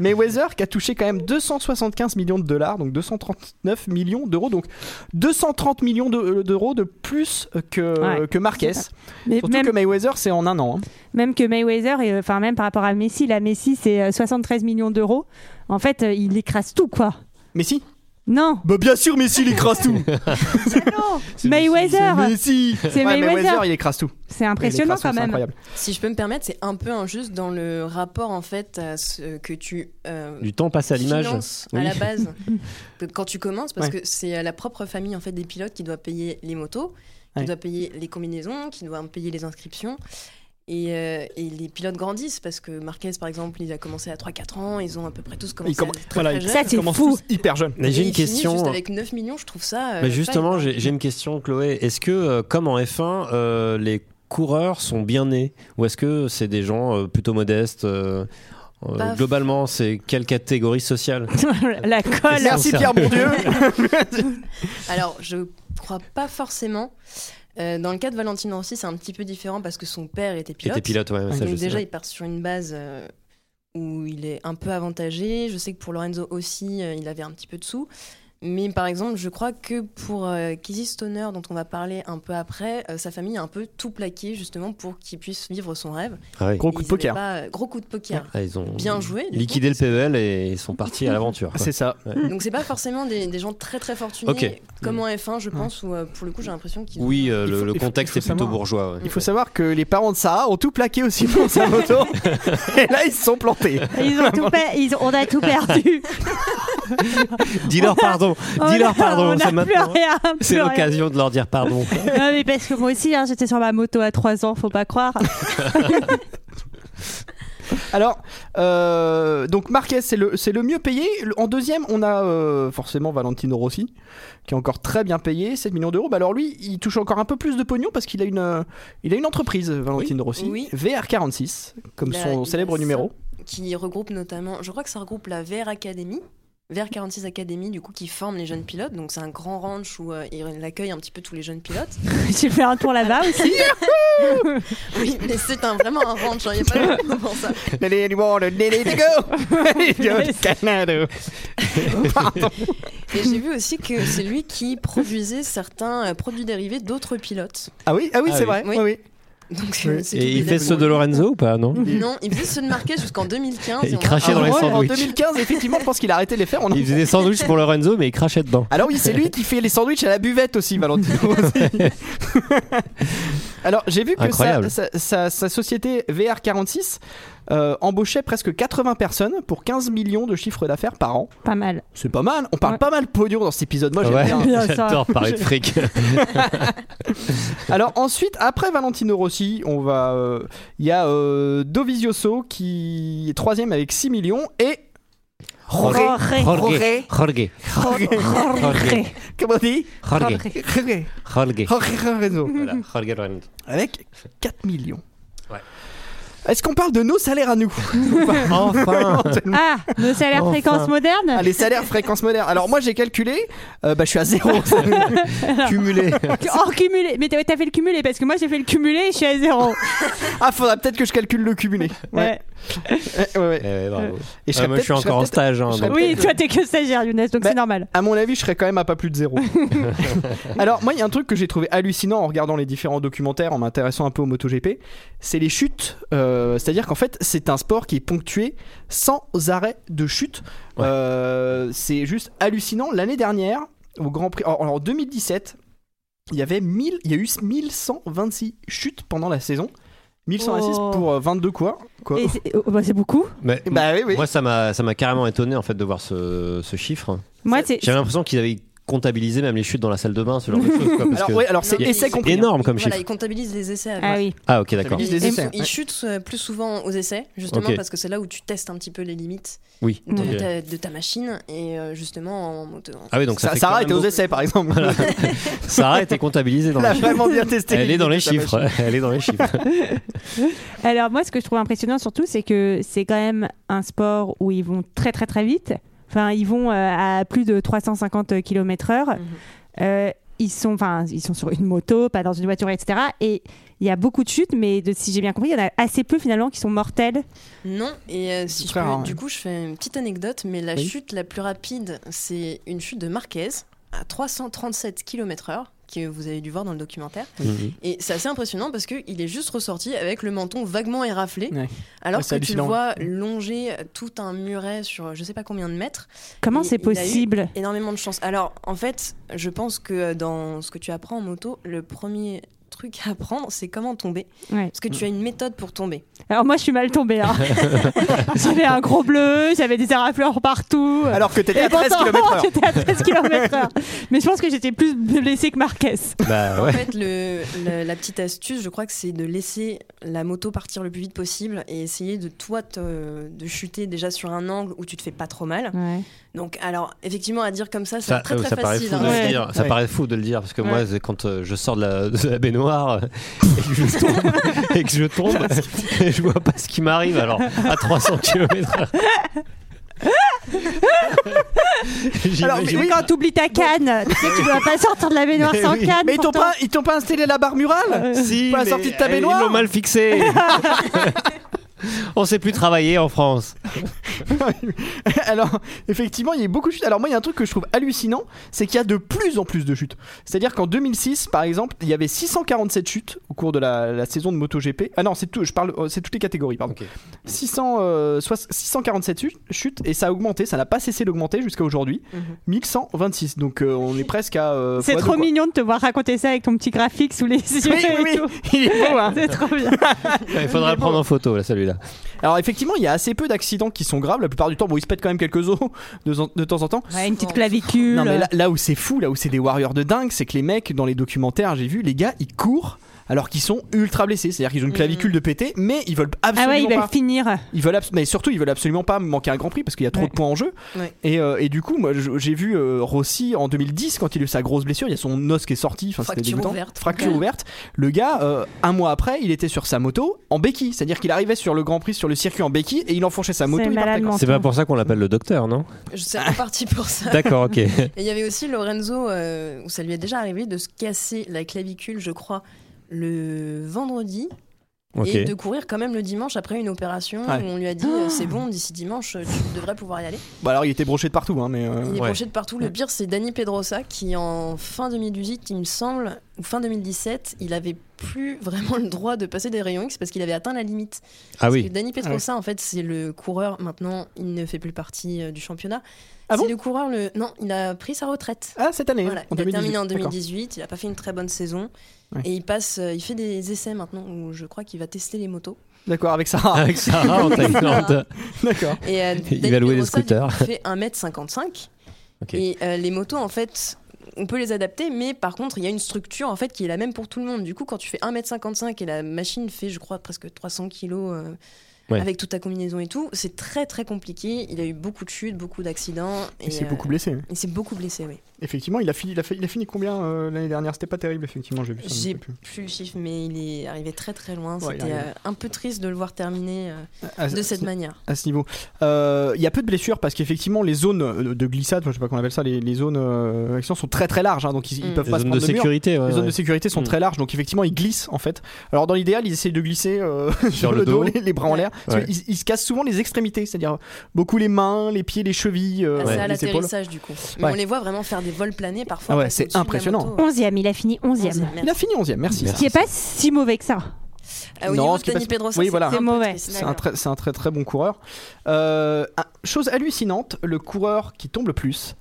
Mayweather qui a touché quand même 275 millions de dollars, donc 239 millions d'euros, donc 230 millions de- euh, d'euros de plus que, Ouais. que Marquez. Mais Surtout même, que Mayweather, c'est en un an. hein. même que Mayweather, et, euh, enfin même par rapport à Messi, la Messi c'est euh, 73 millions d'euros. En fait, euh, il écrase tout quoi. Messi Non, Bah bien sûr, Messi il écrase tout. C'est Mayweather, Messi. C'est Ouais, Mayweather. Mayweather, il écrase tout. Il c'est écrase impressionnant tout, quand c'est même. incroyable. Si je peux me permettre, c'est un peu injuste dans le rapport en fait à ce que tu euh, Du temps passé à l'image. finances Oui. à la base Que quand tu commences, parce Ouais. que c'est euh, la propre famille en fait des pilotes qui doit payer les motos, qui Ouais. doit payer les combinaisons, qui doit payer les inscriptions. Et, euh, et les pilotes grandissent parce que Marquez, par exemple, il a commencé à 3-4 ans, ils ont à peu près tous commencé Il commence- à très, voilà, très il- jeunes. Ça, Il c'est commence fou. tous hyper jeune. Mais j'ai Et une il finit question. hein. Juste avec 9 millions, je trouve ça. euh, Mais fun. justement, j'ai j'ai une question, Chloé. Est-ce que, euh, comme en F1, euh, les coureurs sont bien nés Ou est-ce que c'est des gens euh, plutôt modestes euh, euh, Bah, globalement, c'est quelle catégorie sociale la colle. Merci, Merci Pierre Bourdieu. Alors, je crois pas forcément. Euh, dans le cas de Valentino Rossi, c'est un petit peu différent parce que son père était Qui pilote. était pilote, ouais, ça, je Donc sais. déjà, il part sur une base euh, où il est un peu avantagé. Je sais que pour Lorenzo aussi, euh, il avait un petit peu de sous. Mais par exemple, je crois que pour euh, Kizzy Stoner, dont on va parler un peu après, euh, sa famille a un peu tout plaqué justement pour qu'il puisse vivre son rêve. Ah oui. Gros Et coup de ils avaient poker. pas- euh, gros coup de poker. Ah, ils ont Bien joué. du liquidé le PEL et ils sont partis à l'aventure. quoi. Ah, C'est ça. coup. Donc c'est pas forcément des, des gens très très fortunés, Ok. Mm. comme en F1, je pense, où euh, pour le coup, j'ai l'impression qu'ils. ont- Oui, euh, Il le, faut- le il faut- contexte il faut est plutôt savoir. bourgeois. ouais. Il faut savoir que les parents de Sarah ont tout plaqué aussi pour sa moto. Et là, ils se sont plantés. Ils ont tout per- ils ont- on a tout perdu. Dis-leur pardon, On a- dis-leur pardon. On ça, n'a plus maintenant, rien. C'est plus rien. l'occasion de leur dire pardon. Non, mais parce que moi aussi, hein, j'étais sur ma moto à 3 ans, faut pas croire. Alors, euh, donc Marquez, c'est le, c'est le mieux payé. Le- En deuxième, on a euh, forcément Valentino Rossi, qui est encore très bien payé, 7 millions d'euros. Bah alors lui, il touche encore un peu plus de pognon parce qu'il a une, euh, il a une entreprise, Valentino Rossi, oui. VR46, comme Il a- il son a célèbre ça. numéro. qui regroupe notamment, je crois que ça regroupe la VR Academy, VR 46 Academy, du coup, qui forme les jeunes pilotes. Donc, c'est un grand ranch où euh, il accueille un petit peu tous les jeunes pilotes. J'ai fait un tour là-bas aussi. Oui, mais c'est un, vraiment un ranch, hein, il n'y a pas de raison pour ça. Let it water, let it go. Let it go to Canada. Pardon. Et j'ai vu aussi que c'est lui qui produisait certains euh, produits dérivés d'autres pilotes. Ah oui, ah oui, Ah c'est oui. vrai. Oui. oui, Donc, c'est- Oui. c'est tout Et il bénef. fait ceux de Lorenzo ou pas Non Non, il faisait ceux de Marquez jusqu'en 2015. Il on a- crachait Ah dans les ouais, en sandwichs. 2015, effectivement, je pense qu'il a arrêté de les faire. On a- Il faisait des sandwichs pour Lorenzo, mais il crachait dedans. Alors oui, c'est lui qui fait les sandwichs à la buvette aussi, Valentino. Rossi. Alors j'ai vu que sa, Incroyable. sa- sa- sa société VR46 euh, embauchait presque 80 personnes pour 15 millions de chiffres d'affaires par an. Pas mal. C'est pas mal. On parle Ouais. pas mal pognon dans cet épisode. Moi Oh, j'aime Ouais, bien. bien ça. j'adore parler de fric. Alors ensuite, après Valentino Rossi, on va, euh, il y a euh, Dovizioso qui est troisième avec 6 millions et Jorge. Jorge. Jorge. Jorge. Comment on dit Jorge. Jorge. Jorge. Jorge Lorenzo. Voilà, Jorge Lorenzo. Avec 4 millions. Ouais. Est-ce qu'on parle de nos salaires à nous Enfin Ah, nos salaires Enfin. fréquence moderne Ah, Les salaires fréquence moderne. Alors moi j'ai calculé, euh, bah, je suis à zéro. Cumulé. Hors cumulé. Mais t'as t'as fait le cumulé parce que moi j'ai fait le cumulé et je suis à zéro. ah faudra peut-être que je calcule le cumulé. Ouais. Ouais, ouais, ouais. Eh, bravo. Et je serais Ah, moi, je suis peut-être- encore en serais peut-être- stage. hein, je serais donc. Oui, toi t'es que stagiaire, Younes, donc Bah, c'est normal. À mon avis, je serais quand même à pas plus de zéro. Alors, moi, il y a un truc que j'ai trouvé hallucinant en regardant les différents documentaires, en m'intéressant un peu au MotoGP, c'est les chutes. Euh, C'est-à-dire qu'en fait, c'est un sport qui est ponctué sans arrêt de chutes. Ouais. Euh, c'est juste hallucinant. L'année dernière, au Grand Prix, en, en 2017, il y avait 1000, il y a eu 1126 chutes pendant la saison. 1126 Oh. pour euh, 22 quoi, quoi. Et c'est oh, bah, c'est beaucoup. Mais Bah oui, oui. moi, ça m'a ça m'a carrément étonné en fait de voir ce, ce chiffre. Moi, c'est. J'avais l'impression qu'ils avaient comptabilisé même les chutes dans la salle de bain, ce genre de choses. quoi, parce alors, que ouais, alors Non, c'est mais essai ils- compris. hein. énorme comme Voilà, chiffre. ils comptabilisent les essais. Ah oui. Ah ok, d'accord. Ils Ils, lisent les essais, ils ouais. chutent euh, plus souvent aux essais, justement, Ok. parce que c'est là où tu testes un petit peu les limites Oui. de, Ok. ta, de ta machine. Et euh, justement, en moto. Ah oui, donc ça, Ça, fait Sarah quand même était aux beaucoup. essais par exemple. Sarah était comptabilisée dans Elle a les chiffres. vraiment bien testé. Elle est dans les Ça m'a chiffres. Elle est dans les chiffres. Alors moi, ce que je trouve impressionnant surtout, c'est que c'est quand même un sport où ils vont très très très vite. Enfin, ils vont euh, à plus de 350 km/h. Mhm. Euh, ils sont, enfin, ils sont sur une moto, pas dans une voiture, etc. Et il y a beaucoup de chutes, mais de, si j'ai bien compris, il y en a assez peu finalement qui sont mortelles. Non, et euh, C'est si je très peux, rare, ouais. du coup, je fais une petite anecdote, mais la Oui. chute la plus rapide, c'est une chute de Marquez à 337 km/h, que vous avez dû voir dans le documentaire. Mhm. Et c'est assez impressionnant parce qu'il est juste ressorti avec le menton vaguement éraflé, Ouais. alors Ouais, c'est que tu le hallucinant. vois longer tout un muret sur je sais pas combien de mètres. Comment Il- c'est il a eu- possible Énormément de chance. Alors, en fait, je pense que euh, dans ce que tu apprends en moto, le premier truc à apprendre, c'est comment tomber. Ouais. Parce que tu as une méthode pour tomber. Alors moi, je suis mal tombée. hein. j'avais un gros bleu, j'avais des érafleurs partout. Alors que t'étais Et à 13 pourtant, km/h. j'étais à 13 km/h. Mais je pense que j'étais plus blessée que Marquez. Bah En ouais. fait, le, le- la petite astuce, je crois que c'est de laisser la moto partir le plus vite possible et essayer de toi te- de chuter déjà sur un angle où tu te fais pas trop mal. Donc, alors, effectivement, à dire comme ça, c'est Ça, très euh, très ça paraît facile. fou de hein. le Ouais. dire. Ça Ouais. paraît fou de le dire parce que moi, Ouais. c'est quand euh, je sors de la, de la baignoire euh, et que je tombe, et que je tombe, et je vois pas ce qui m'arrive. Alors à 300 km/h. Alors, J'imagine- mais oui, Quand t'oublies ta canne, tu sais, tu vas pas sortir de la baignoire Mais sans oui. canne. Mais ils t'ont pourtant. pas, ils t'ont pas installé la barre murale Si, Pas la mais sortie de ta euh, baignoire Ils l'ont mal fixé. On sait plus travailler en France. Alors, effectivement, il y a eu beaucoup de chutes. Alors, moi, il y a un truc que je trouve hallucinant, c'est qu'il y a de plus en plus de chutes. C'est-à-dire qu'en 2006, par exemple, il y avait 647 chutes au cours de la, la saison de MotoGP. Ah non, c'est tout, je parle, euh, c'est toutes les catégories, pardon. Ok. 600, euh, soix- 647 chutes- chutes, et ça a augmenté, ça n'a pas cessé d'augmenter jusqu'à aujourd'hui. Mhm. 1126, donc euh, on est presque à. euh, C'est fois trop deux, quoi. mignon de te voir raconter ça avec ton petit graphique sous les yeux. Oui, et oui, oui. tout. Il est beau, hein. C'est trop bien. Il faudra le prendre en photo, là, celui-là. Alors effectivement, il y a assez peu d'accidents qui sont graves. La plupart du temps, bon, ils se pètent quand même quelques os de, de temps en temps. Ouais, une petite clavicule. Non mais là, là où c'est fou, là où c'est des warriors de dingue, c'est que les mecs dans les documentaires, j'ai vu, les gars, ils courent alors qu'ils sont ultra blessés. C'est-à-dire qu'ils ont une clavicule de pété, mais ils veulent Mm. ah absolument ouais, ils pas. veulent finir. Ils veulent abs- mais surtout, ils veulent absolument pas manquer un Grand Prix parce qu'il y a trop Ouais. de points en jeu. Ouais. Et, euh, et du coup, moi, je- j'ai vu euh, Rossi en 2010 quand il a eu sa grosse blessure, il y a son os qui est sorti, enfin, c'était Fracture dégoûtant. ouverte. Fracture Ouais. ouverte. Le gars, euh, un mois après, il était sur sa moto en béquille, c'est-à-dire qu'il arrivait sur le Grand Prix, sur le circuit en béquille et il enfourchait sa moto. C'est il partait, malade quoi. C'est pas pour ça qu'on l'appelle le docteur, non Je suis en partie pour ça. D'accord, ok. Et il y avait aussi Lorenzo, euh, où ça lui est déjà arrivé de se casser la clavicule, je crois, le vendredi, Ok. et de courir quand même le dimanche après une opération Ouais. où on lui a dit Ah. euh, c'est bon, d'ici dimanche, euh, tu devrais pouvoir y aller. Bah alors, il était broché de partout, hein, mais. euh, Il est Ouais. penché de partout. Le pire, c'est Danny Pedrosa qui, en fin 2018, il me semble, ou fin 2017, il avait plus vraiment le droit de passer des rayons X parce qu'il avait atteint la limite. Ah Parce oui. que Danny Pedrosa, en fait, c'est le coureur. Maintenant, il ne fait plus partie euh, du championnat. Ah c'est bon le coureur. Le... Non, il a pris sa retraite. Ah, cette année, Voilà, en il a 2018. terminé en D'accord. 2018, il a pas fait une très bonne saison Ouais. et il passe, euh, il fait des essais maintenant où je crois qu'il va tester les motos. D'accord, avec ça. Avec Sarah Ah, en Thaïlande. D'accord. Et euh, Il Danny va louer des Pedrosa, du scooters. coup, fait 1m55 Ok. et euh, les motos en fait on peut les adapter mais par contre il y a une structure en fait qui est la même pour tout le monde. Du coup quand tu fais 1m55 et la machine fait je crois presque 300 kilos euh, Ouais. avec toute ta combinaison et tout. C'est très très compliqué. Il a eu beaucoup de chutes, beaucoup d'accidents. Il s'est euh, beaucoup blessé. Il s'est beaucoup blessé, oui. Effectivement, il a fini, il a fait- il a fini combien euh, l'année dernière C'était pas terrible, effectivement, j'ai vu ça. je me J'ai rappelle plus. plus le chiffre, mais il est arrivé très très loin. Ouais, il C'était est arrivé. euh, un peu triste de le voir terminer euh, À- de cette à- manière. à ce niveau. Euh, Il y a peu de blessures parce qu'effectivement les zones euh, de glissade, je sais pas comment on appelle ça, les, les zones euh, action sont très très larges, hein, donc ils, ils Mm. peuvent Les pas zones se de prendre de mur. sécurité, ouais, Les zones ouais. de sécurité sont Mm. très larges, donc effectivement ils glissent en fait. Alors dans l'idéal, ils essayent de glisser euh, sur, Sur le, le dos, dos. les, les bras en l'air. Parce Ouais. qu'ils- Ils, se cassent souvent les extrémités, c'est-à-dire beaucoup les mains, les pieds, les chevilles, euh, Ah, c'est à les épaules. l'atterrissage du coup. Mais Ouais. on les voit vraiment faire des vols planés parfois. Ah ouais, passer c'est au-dessus de la impressionnant. moto. 11e, il a fini 11e. Onzième, Il a fini 11 e merci. Ce qui est pas si mauvais que ça. Ah, au Non, niveau ce de qui est Dani pas- Pedrosa, oui, c'est voilà. un C'est peu mauvais. triste, C'est un, d'accord. très, c'est un très très bon coureur. Euh, ah, chose hallucinante, le coureur qui tombe le plus,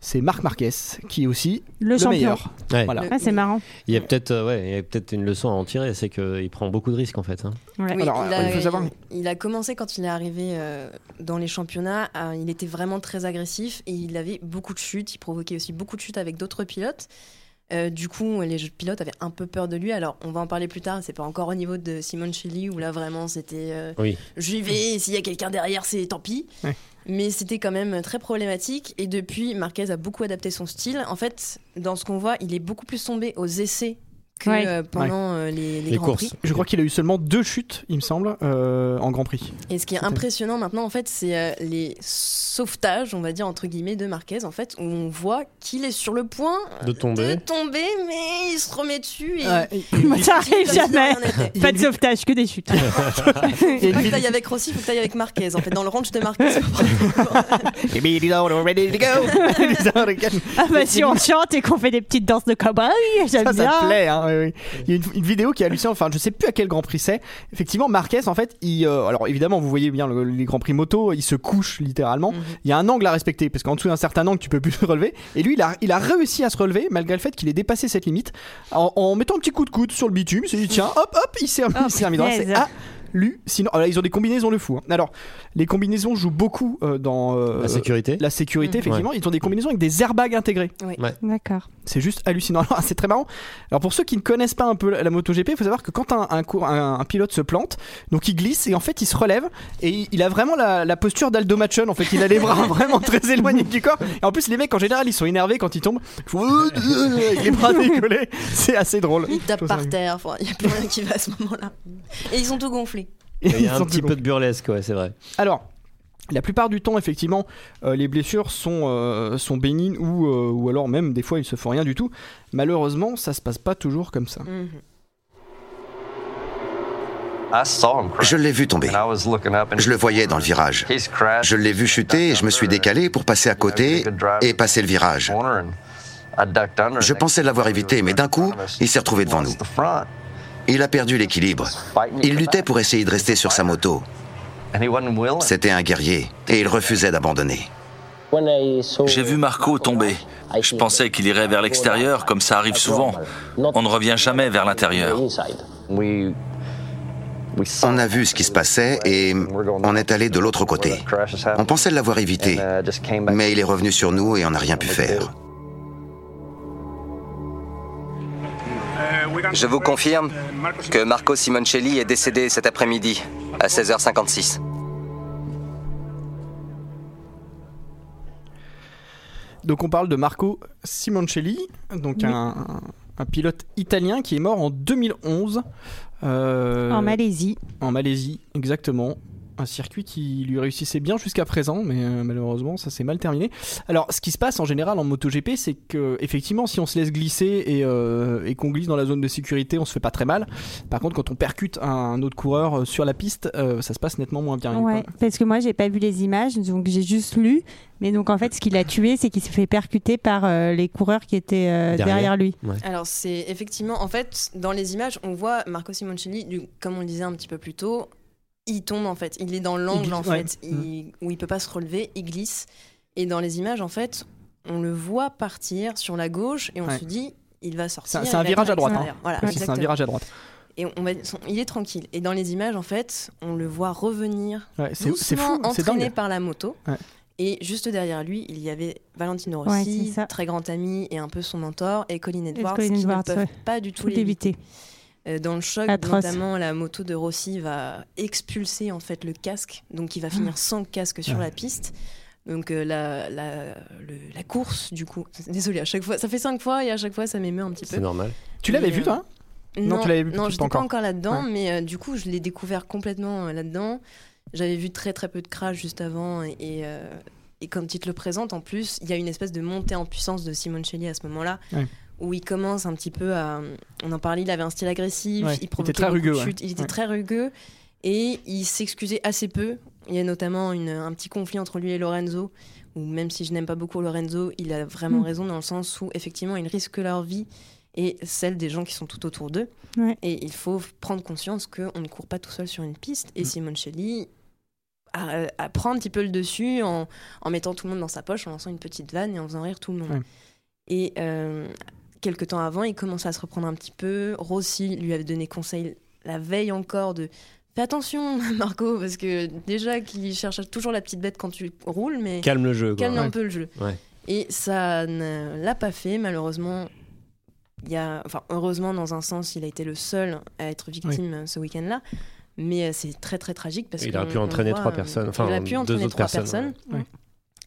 c'est Marc Marquez, qui est aussi Le, le, champion. meilleur. Ouais. Voilà. Ah, c'est marrant. Il y a peut-être euh, ouais, il y a peut-être une leçon à en tirer, c'est qu'il prend beaucoup de risques en fait. hein. Ouais. Ah Oui, Alors, euh, il, a, il faut savoir- il- il a commencé quand il est arrivé euh, dans les championnats. à- il était vraiment très agressif et il avait beaucoup de chutes. Il provoquait aussi beaucoup de chutes avec d'autres pilotes. Euh, du coup, les pilotes avaient un peu peur de lui. Alors, on va en parler plus tard. C'est pas encore au niveau de Simoncelli où là vraiment c'était euh, Oui. j'y vais. et S'il y a quelqu'un derrière, c'est tant pis. Ouais. Mais c'était quand même très problématique. Et depuis, Marquez a beaucoup adapté son style. En fait, dans ce qu'on voit, il est beaucoup plus tombé aux essais que Ouais. euh, pendant euh, les, les Les Grands Prix. courses. Je crois qu'il a eu seulement deux chutes, il me semble, euh, en Grand Prix. Et ce qui est C'était- impressionnant maintenant, en fait, c'est euh, les sauvetages, on va dire entre guillemets, de Marquez, en fait, où on voit qu'il est sur le point euh, De de tomber. tomber, mais il se remet dessus et Ça arrive continue comme si de jamais. rien n'était. Pas de sauvetage, que des chutes. Ah, Il y a une Faut que ville- t'ailles avec Rossi, faut que t'ailles avec Marquez. En fait, dans le ranch de Marquez. Give me the order, ready to go. Give me the order again. ah bah si on chante et qu'on fait des petites danses de cowboy, j'aime Ça, ça bien. me plaît. hein, oui, oui. Il y a une, une vidéo qui est hallucinante. Enfin, je sais plus à quel Grand Prix c'est. Effectivement, Marquez, en fait, il, euh, alors évidemment, vous voyez bien le- les Grands Prix moto, il se couche littéralement. Mhm. Il y a un angle à respecter parce qu'en dessous d'un certain angle, tu peux plus te relever. Et lui, il a, il a réussi à se relever malgré le fait qu'il ait dépassé cette limite en, en mettant un petit coup de coude sur le bitume. Il s'est dit tiens, hop, hop, il s'est Oh, il s'est remis droit. C'est punaise. hallucinant. Alors, ils ont des combinaisons de fou. hein. Alors, les combinaisons jouent beaucoup euh, dans euh, La sécurité. la sécurité, Mhm. effectivement, ils ont des combinaisons avec des airbags intégrés. D'accord. C'est juste hallucinant. Alors, c'est très marrant. Alors, pour ceux qui ne connaissent pas un peu la MotoGP, il faut savoir que quand un, un cour- un- un pilote se plante, donc il glisse et en fait il se relève et il, il a vraiment la, la posture d'Aldo Machon. En fait, il a les bras vraiment très éloignés du corps. Et en plus, les mecs en général ils sont énervés quand ils tombent. Ils font avec les bras décollés. C'est assez drôle. Il tape Je trouve ça par terre. enfin, Il y a plus rien qui va à ce moment-là. Et ils sont tout gonflés. Il y a Ils un sont petit tout peu de burlesque, ouais, c'est vrai. Alors, la plupart du temps, effectivement, euh, les blessures sont, euh, sont bénignes ou, euh, ou alors même des fois, ils se font rien du tout. Malheureusement, ça se passe pas toujours comme ça. Mhm. I saw him crash. Je l'ai vu tomber. And I was looking up and Je le voyais dans le virage. he's crashed. Je l'ai vu chuter et je me suis décalé pour passer à côté et passer le virage. corner and I ducked under. Je pensais l'avoir évité, mais d'un coup, il s'est retrouvé devant nous. The front. Il a perdu l'équilibre. Il luttait pour essayer de rester sur sa moto. And he wasn't willing. C'était un guerrier et il refusait d'abandonner. J'ai vu Marco tomber. Je pensais qu'il irait vers l'extérieur, comme ça arrive souvent. On ne revient jamais vers l'intérieur. We, we saw On a vu ce qui se passait et on est allé de l'autre côté. the crashes happen. On pensait l'avoir évité, And, euh, uh, just came back. mais il est revenu sur nous et on n'a rien pu faire. Je vous confirme que Marco Simoncelli est décédé cet après-midi à 16h56. Donc on parle de Marco Simoncelli, donc un, un pilote italien qui est mort en 2011 euh, En Malaisie. en Malaisie, exactement. Un circuit qui lui réussissait bien jusqu'à présent, mais euh, malheureusement ça s'est mal terminé. Alors ce qui se passe en général en MotoGP, c'est que effectivement si on se laisse glisser et, euh, et qu'on glisse dans la zone de sécurité, on se fait pas très mal. Par contre quand on percute un, un autre coureur euh, sur la piste, euh, ça se passe nettement moins bien. Il y a eu Ouais, pas- parce que moi j'ai pas vu les images, donc j'ai juste lu. Mais donc en fait, ce qui l'a tué, c'est qu'il s'est fait percuter par euh, les coureurs qui étaient euh, Derrière. derrière. lui. Alors c'est effectivement, en fait, dans les images, on voit Marco Simoncelli, du- comme on le disait un petit peu plus tôt, il tombe en fait, il est dans l'angle glisse, en ouais. Mm. fait, il- où il peut pas se relever, il glisse. Et dans les images, en fait, on le voit partir sur la gauche et on Ouais. se dit, il va sortir. C'est un- il c'est un va virage être à droite, hein. l'extérieur. Voilà, Parce que c'est un exactement. virage à droite. Et on va- son- il est tranquille. Et dans les images, en fait, on le voit revenir Ouais, c'est c'est doucement fou, c'est entraîné dingue. par la moto. Ouais. Et juste derrière lui, il y avait Valentino Ouais, Rossi, c'est ça. très grand ami et un peu son mentor, et Colin Edwards, Colin qui Edwards, ne peuvent ouais. pas du tout Tout l'éviter. évité. Euh, dans le choc, Atroce. notamment la moto de Rossi va expulser en fait le casque, donc il va Ah. finir sans casque sur la piste. Donc euh, la, la, le- la course du coup, désolé à chaque fois, ça fait cinq fois et à chaque fois ça m'émeut un petit peu. C'est normal. Tu l'avais Et, vu euh, toi Non, Non, tu l'avais vu non, pas j'étais pas encore. encore là-dedans, mais euh, du coup, je l'ai découvert complètement euh, là-dedans. J'avais vu très très peu de crash juste avant, et, et, euh, et quand il te le présente, en plus, il y a une espèce de montée en puissance de Simoncelli à ce moment-là, Ouais. où il commence un petit peu à. On en parlait, il avait un style agressif, Ouais, il il était provoquait très beaucoup de rugueux, ouais. chutes, il était Ouais. très rugueux, et il s'excusait assez peu. Il y a notamment une- un petit conflit entre lui et Lorenzo, où même si je n'aime pas beaucoup Lorenzo, il a vraiment Hmm. Mm. raison dans le sens où effectivement, ils risquent leur vie et celle des gens qui sont tout autour d'eux. Ouais. Et il faut prendre conscience qu'on ne court pas tout seul sur une piste. Et Hmm. Simoncelli a- a- prend un petit peu le dessus en, en mettant tout le monde dans sa poche, en lançant une petite vanne et en faisant rire tout le monde. Ouais. Et euh, quelques temps avant, il commençait à se reprendre un petit peu. Rossi lui avait donné conseil la veille encore de fais attention Marco parce que déjà qu'il cherche toujours la petite bête quand tu roules, mais Calme le jeu. quoi. calme un peu le jeu. Ouais. Et ça ne l'a pas fait, malheureusement. Il y a, enfin, heureusement, dans un sens, il a été le seul à être victime euh, ce week-end-là. Mais euh, c'est très très tragique parce Il aurait qu'on- pu on entraîner voit, trois euh, personnes, enfin, il a pu deux entraîner autres trois personnes, personnes. ouais. Ouais.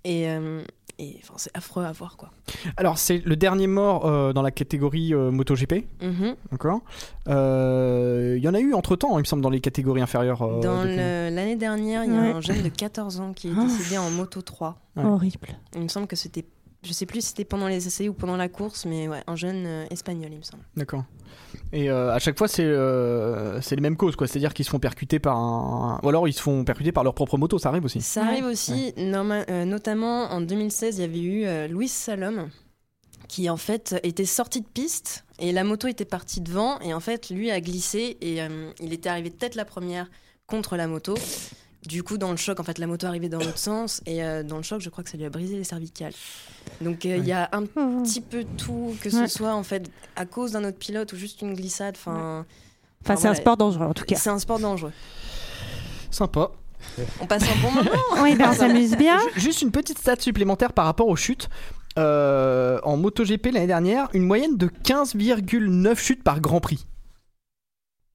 Et, euh, et, enfin, c'est affreux à voir quoi. Alors c'est le dernier mort euh, dans la catégorie euh, MotoGP, Oh, Mhm. d'accord Euh, Il y en a eu entre temps, il me semble, dans les catégories inférieures. euh, dans depuis. le- l'année dernière, il y a Ouais. un jeune de 14 ans qui est Oh. décédé en moto 3. Ouais. Horrible. Il me semble que c'était, je sais plus si c'était pendant les essais ou pendant la course, mais ouais, un jeune euh, espagnol, il me semble. D'accord. Et euh, à chaque fois, c'est euh, c'est les mêmes causes, quoi. C'est-à-dire qu'ils se font percuter par un. Ou alors ils se font percuter par leur propre moto, ça arrive aussi. Ça Ouais. arrive aussi, norma- euh, notamment en 2016, il y avait eu euh, Louis Salom qui en fait était sorti de piste et la moto était partie devant et en fait lui a glissé et euh, il était arrivé tête la première contre la moto. Du coup, dans le choc, en fait, la moto arrivait dans l'autre sens et euh, dans le choc, je crois que ça lui a brisé les cervicales. Donc euh, il y a un Enfin, petit peu tout, que ce Ouais. soit en fait à cause d'un autre pilote ou juste une glissade. Enfin, c'est un voilà. sport dangereux en tout cas. c'est un sport dangereux. Sympa. On passe un bon moment. Oui, ben on s'amuse bien. Ju- Juste une petite stat supplémentaire par rapport aux chutes. Euh, en MotoGP l'année dernière, une moyenne de 15,9 chutes par Grand Prix.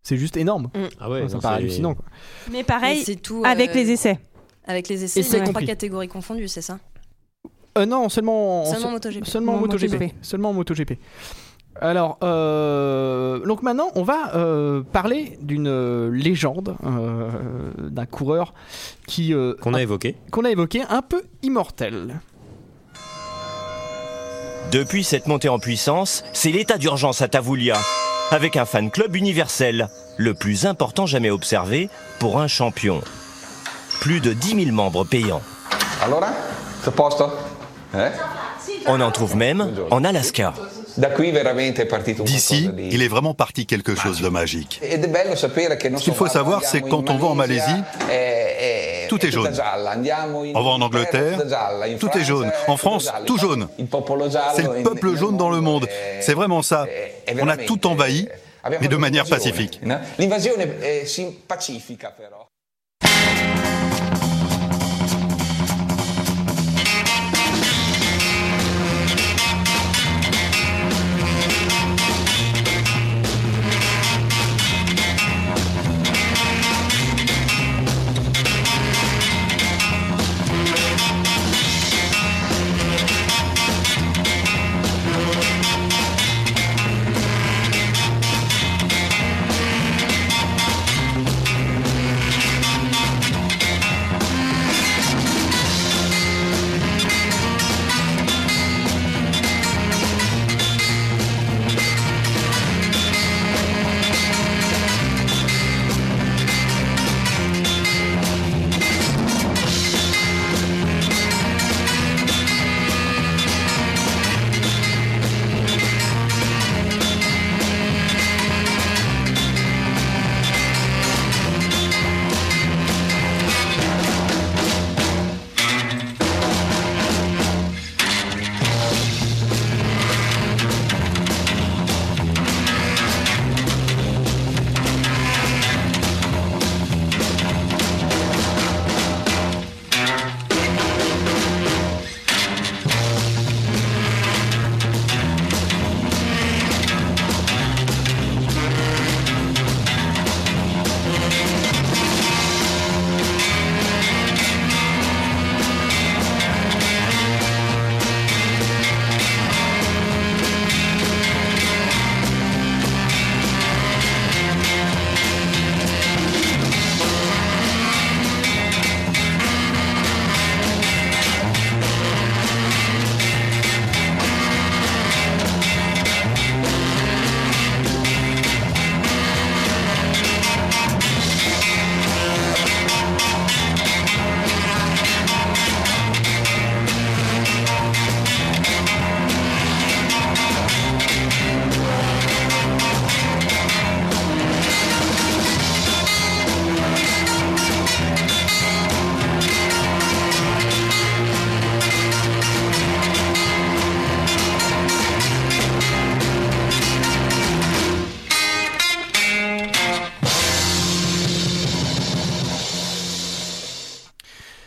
C'est juste énorme. Ah ouais, ça paraît non, c'est- hallucinant. quoi. Mais Et pareil, c'est tout avec euh, les essais. avec les essais. Et Il c'est y a trois compris. catégories confondues, c'est ça Euh, non, seulement en, Seulement MotoGP. Seulement en En MotoGP. MotoGP. Seulement en MotoGP. Alors, euh, donc maintenant, on va euh, parler d'une euh, légende, euh, d'un coureur qui euh, Qu'on a évoqué. qu'on a évoqué, un peu immortel. Depuis cette montée en puissance, c'est l'état d'urgence à Tavoulia, avec un fan club universel, le plus important jamais observé pour un champion. Plus de 10 000 membres payants. Allora, sto a posto? Eh? On en trouve même en Alaska. Da qui veramente è partito un D'ici, qualcosa di- il est vraiment parti quelque chose de magique. Ed è bello sapere che non Ce qu'il faut savoir, c'est que quand on va en Malaisie, eh, tout est jaune. On va en Angleterre, tout est jaune. eh, En France, tout jaune. C'est le peuple jaune dans le monde. eh, C'est vraiment ça. On a tout envahi, mais de manière pacifique. L'invasione è sim- pacifica però.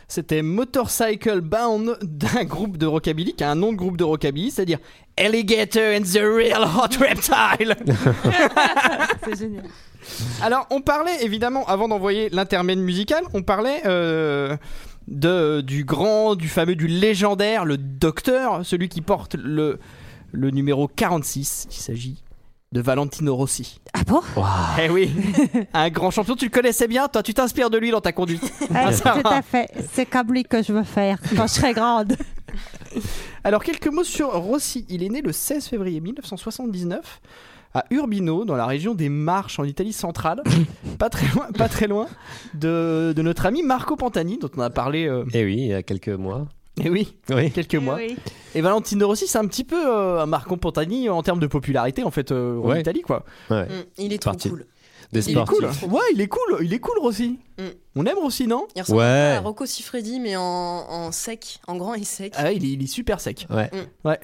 C'était Motorcycle Bound d'un groupe de rockabilly qui a un nom de groupe de rockabilly, c'est-à-dire Alligator and the Real Hot Reptile. C'est génial. Alors, on parlait évidemment, avant d'envoyer l'intermède musical, on parlait euh, de, du grand, du fameux, du légendaire, le docteur, celui qui porte le, le numéro 46. Il s'agit de Valentino Rossi. Ah bon Eh oui Un grand champion, tu le connaissais bien, toi tu t'inspires de lui dans ta conduite. Ah, Ah, c'est ça tout va. à fait. C'est comme lui que je veux faire quand je serai grande. Alors, quelques mots sur Rossi. Il est né le 16 février 1979 à Urbino, dans la région des Marches, en Italie centrale, pas très loin, pas très loin de, de notre ami Marco Pantani, dont on a parlé. euh, Eh oui, il y a quelques mois. Et Eh oui, Eh quelques mois. oui. Et Valentino Rossi, c'est un petit peu euh, un Marco Pantani en termes de popularité, en fait, euh, en Ouais. Italie, quoi. Ouais. Mm, il est trop Parti. cool. Des Il est cool. hein. sportifs. Ouais, il est cool, il est cool Rossi. Mm. On aime Rossi, non Il ressemble un peu à Ouais. Rocco Siffredi, mais en, en sec, en grand et sec. Ah ouais, il est, il est super sec. Ouais. Mm. Ouais.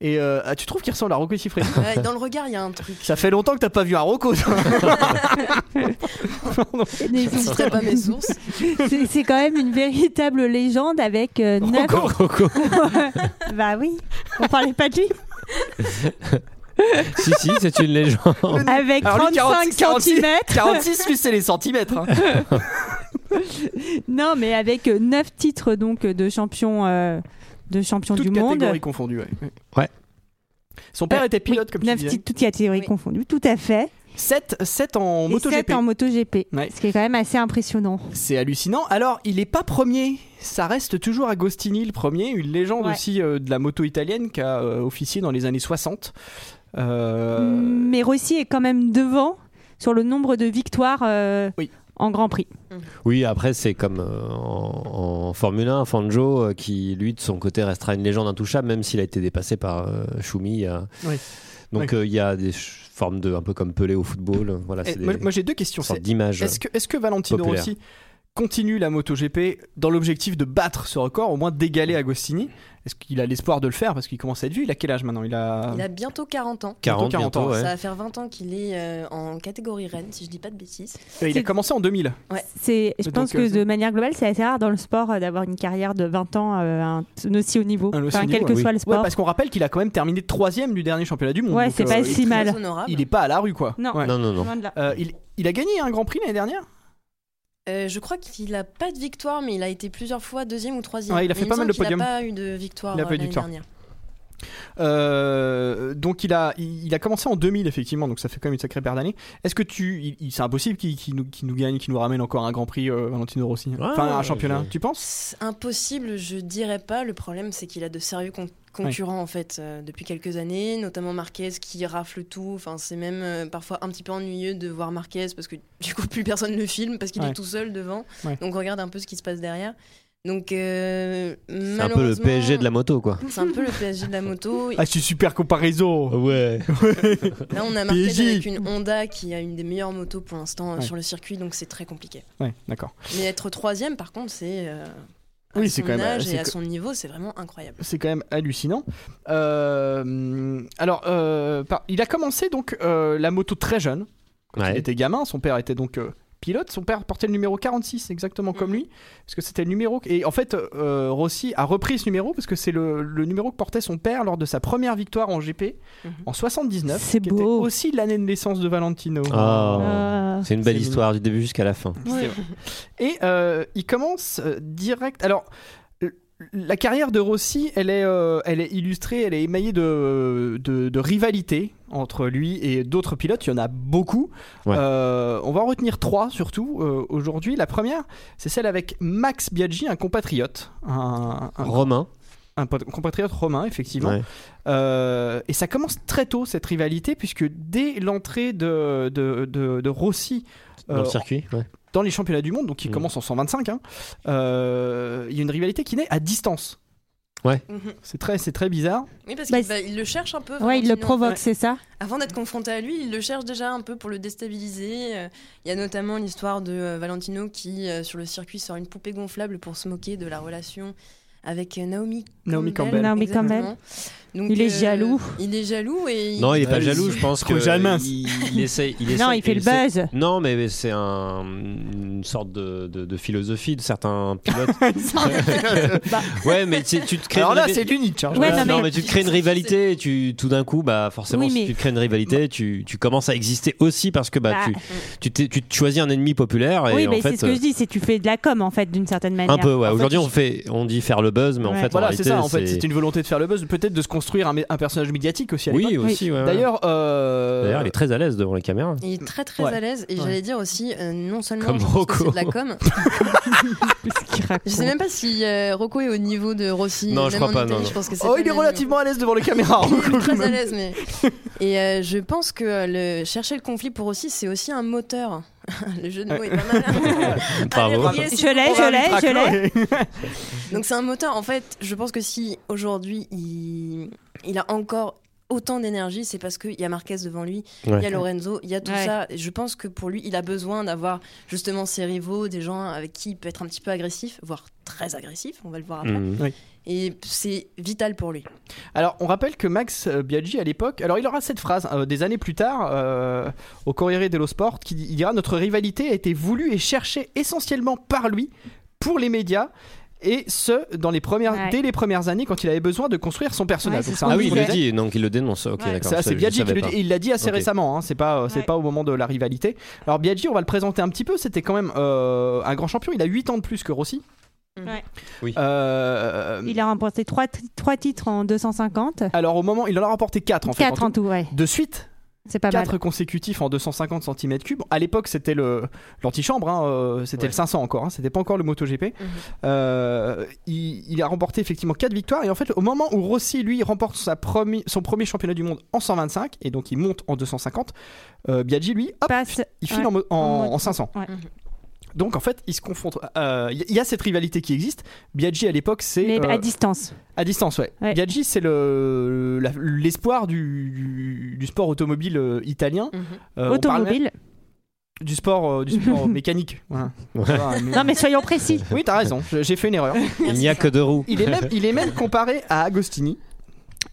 Et euh, ah, tu trouves qu'il ressemble à Rocco Siffredi Ouais, dans le regard, il y a un truc. Ça fait longtemps que t'as pas vu un Rocco. toi. Je citerai pas mes sources. C'est c'est quand même une véritable légende avec euh, neuf. Rocco. bah oui, on parlait pas de lui. si, si, c'est une légende. Avec Oh. Alors lui, 35 46, 46, centimètres. 46, lui, c'est les centimètres. hein. Non, mais avec euh, neuf titres donc de champion euh, de champion Toutes du monde. catégories confondues, ouais. Ouais. Son père Euh, était pilote, oui, comme tu neuf disais. titres, toutes catégories confondues, tout à fait. 7, en Et MotoGP. sept en MotoGP, Ouais. ce qui est quand même assez impressionnant. C'est hallucinant. Alors, il n'est pas premier. Ça reste toujours Agostini le premier, une légende Ouais. aussi euh, de la moto italienne qui a euh, officié dans les années 60. Euh, Mais Rossi est quand même devant sur le nombre de victoires euh, en Grand Prix. Oui, après, c'est comme euh, en, en Formule 1, Fangio, euh, qui lui, de son côté, restera une légende intouchable, même s'il a été dépassé par euh, Schumi. euh. Oui. Donc, Oui. euh, il y a des ch- formes de. un peu comme Pelé au football. euh, Voilà, et c'est des- moi, moi, j'ai deux questions. sortes C'est- d'images, Est-ce que, est-ce que Valentino populaires. Rossi continue la MotoGP dans l'objectif de battre ce record, au moins Hmm. d'égaler Agostini Est-ce qu'il a l'espoir de le faire parce qu'il commence à être vieux Il a quel âge maintenant Il a. Il a bientôt 40 ans. 40, Bientôt 40 Ah. ans, ouais. Ça va faire 20 ans qu'il est euh, en catégorie reine, si je dis pas de bêtises. Euh, il a commencé en 2000. C'est, je Donc, pense euh, que de manière globale, c'est assez rare dans le sport euh, d'avoir une carrière de 20 ans euh, un, un aussi haut niveau, Un aussi Enfin, haut quel niveau, que oui. soit le Ouais, sport. parce qu'on rappelle qu'il a quand même terminé troisième du dernier championnat du monde. Ouais, donc, euh, c'est pas il est si très mal. honorable. Il n'est pas à la rue, quoi. Non. Ouais. Non, non, non. Loin de là. Euh, il, il a gagné un Grand Prix l'année dernière Euh, je crois qu'il a pas de victoire, mais il a été plusieurs fois deuxième ou troisième. Ouais, il a Mais fait me pas mal de semble qu'il a podiums. pas eu de victoire Il a euh, pas eu de l'année victoire. dernière. Euh, donc il a, il, il a commencé en 2000 effectivement, donc ça fait quand même une sacrée paire d'années. Est-ce que tu, il- il- c'est impossible qu'il qu'il nous, qu'il nous gagne, qu'il nous ramène encore un Grand Prix euh, Valentino Rossi, enfin un ouais, championnat, ouais. tu penses C'est Impossible, je dirais pas. Le problème, c'est qu'il a de sérieux con- concurrents en fait euh, depuis quelques années, notamment Marquez qui rafle tout. Enfin, c'est même euh, parfois un petit peu ennuyeux de voir Marquez parce que du coup plus personne ne filme parce qu'il Ouais. est tout seul devant. Ouais. Donc on regarde un peu ce qui se passe derrière. Donc euh, C'est un peu le malheureusement- PSG de la moto, quoi. C'est un peu le PSG de la moto. Ah c'est une super comparaison. Ouais. Là, on a Marquez PSG. avec une Honda qui a une des meilleures motos pour l'instant euh, Ouais. sur le circuit, donc c'est très compliqué. Ouais, d'accord. Mais être troisième, par contre, c'est euh, à Oui, c'est son quand même, euh, âge c'est et à que- son niveau, c'est vraiment incroyable. C'est quand même hallucinant. Euh, alors, euh, par- il a commencé donc euh, la moto très jeune. Quand il était gamin, son père était donc euh, pilote. Son père portait le numéro 46, exactement comme lui, parce que c'était le numéro. Et en fait, euh, Rossi a repris ce numéro parce que c'est le, le numéro que portait son père lors de sa première victoire en GP en 79. C'est qui était aussi l'année de naissance de Valentino. Ah. Euh, Ah. c'est une belle C'est mignon. histoire du début jusqu'à la fin. C'est vrai. Et euh, il commence euh, direct. Alors. euh, La carrière de Rossi, elle est, euh, elle est illustrée, elle est émaillée de, de, de rivalités entre lui et d'autres pilotes. Il y en a beaucoup. Ouais. Euh, on va en retenir trois surtout euh, aujourd'hui. La première, c'est celle avec Max Biaggi, un compatriote. Un, Ah. un- Romain. Un pot- compatriote romain, effectivement. Ouais. Euh, et ça commence très tôt, cette rivalité, puisque dès l'entrée de, de, de- de Rossi euh, Dans Euh, le circuit, ouais. dans les championnats du monde, donc Mm. qui commence en 125, hein, euh, il y a une rivalité qui naît à distance. Ouais. Mhm. C'est très, c'est très bizarre. Oui, parce Bah, qu'il va- il le cherche un peu. Ouais, il le Valentino. provoque, Ouais. c'est ça Avant d'être confronté à lui, il le cherche déjà un peu pour le déstabiliser. Euh, Il y a notamment l'histoire de euh, Valentino qui, euh, sur le circuit, sort une poupée gonflable pour se moquer de la relation avec euh, Naomi Naomi Campbell. Campbell. Naomi exactement. Campbell. Donc, Il est euh, jaloux. Il est jaloux et. Non, il est pas Euh, Ouais, jaloux, je pense Trop que jamais. il, il essaie, il Non, essaie- il fait le essaie- buzz. Non, mais, mais c'est un- une sorte de, de- de philosophie de certains pilotes. Bah. ouais, mais tu, tu te crées. Alors une là, rivi- c'est du Nietzsche, hein. Voilà. Ouais, non, non, mais... mais- tu te crées une rivalité. Et tu, tout d'un coup, bah forcément, Oui, mais- si tu te crées une rivalité, tu, tu commences à exister aussi parce que bah, Bah. tu, tu, t'es- tu te choisis un ennemi populaire. Et Oui, en mais fait, euh, c'est ce euh, que je dis, c'est tu fais de la com en fait, d'une certaine manière. Un peu, ouais. Aujourd'hui, on fait, on dit faire le buzz, mais en Ouais. fait, en Voilà, c'est réalité, ça. En fait, c'est une volonté de faire le buzz, peut-être de se construire un, mé- un personnage médiatique aussi. à Oui, l'époque. aussi, ouais, ouais. D'ailleurs, euh, D'ailleurs, il est très à l'aise devant les caméras. Il est très très Ouais. à l'aise et Ouais. j'allais dire aussi euh, non seulement Comme je pense que Rocco. c'est de la com. je sais même pas si euh, Rocco est au niveau de Rossi. Non, même je crois en pas, Italie, non, Je non. pense que c'est Oh, pas il est le même niveau. relativement à l'aise devant les caméras. Ah, Rocco, quand très à même. l'aise, mais. Et euh, je pense que euh, le... chercher le conflit pour aussi, c'est aussi un moteur. le jeu de mots est pas mal. Bravo. Allez, Je c'est l'ai, bon. je l'ai, je l'ai. Donc c'est un moteur. En fait, je pense que si aujourd'hui il, il a encore autant d'énergie, c'est parce qu'il y a Marquez devant lui, il Ouais. y a Lorenzo, il y a tout Ouais. ça. Et je pense que pour lui, il a besoin d'avoir justement ses rivaux, des gens avec qui il peut être un petit peu agressif, voire très agressif. On va le voir après. Mhm. Oui. Et c'est vital pour lui. Alors, on rappelle que Max euh, Biaggi, à l'époque, alors il aura cette phrase euh, des années plus tard euh, au Corriere dello Sport qui dit- il dira Notre rivalité a été voulue et cherchée essentiellement par lui pour les médias. Et ce, dans les premières, Ouais. dès les premières années, quand il avait besoin de construire son personnage. Ouais, c'est Donc, ce c'est un Ah oui, vrai- il le dit, donc il le dénonce. Ok, Ouais. d'accord. Ça, je c'est savais- je Biaggi qui savais le pas. dit. Et il l'a dit assez Ok. récemment, hein, c'est pas, euh, c'est Ouais. pas au moment de la rivalité. Alors, Biaggi, on va le présenter un petit peu. C'était quand même euh, un grand champion. Il a 8 ans de plus que Rossi. Ouais. Oui. Euh, Mm. Il a remporté 3, titres en 250. Alors, au moment, il en a remporté 4 en fait. 4 en tout, ouais. De suite, C'est pas mal. 4 consécutifs en 250 cm3. À l'époque, c'était le l'antichambre, hein, euh, c'était Ouais. le 500 encore, hein, c'était pas encore le MotoGP. Euh, il, il a remporté effectivement 4 victoires et en fait, au moment où Rossi lui remporte sa premi- son premier championnat du monde en 125 et donc il monte en 250, euh, Biaggi lui, hop, Passe- il file ouais. en, mo- en- en moto. en 500. Ouais. Donc en fait, ils se confrontent. euh, Il y il y a cette rivalité qui existe. Biaggi à l'époque, c'est Mais à euh, distance. à distance, ouais. Ouais. Biaggi, c'est le- la- l'espoir du, du- du sport automobile euh, italien. Mhm. Euh, on parle même Automobile. du sport, euh, du sport mécanique. Voilà. Ouais. Voilà, mais- Non, mais soyons précis. Oui, t'as raison, je- j'ai fait une erreur. Il n'y a que deux roues. Il est même, il est même comparé à Agostini.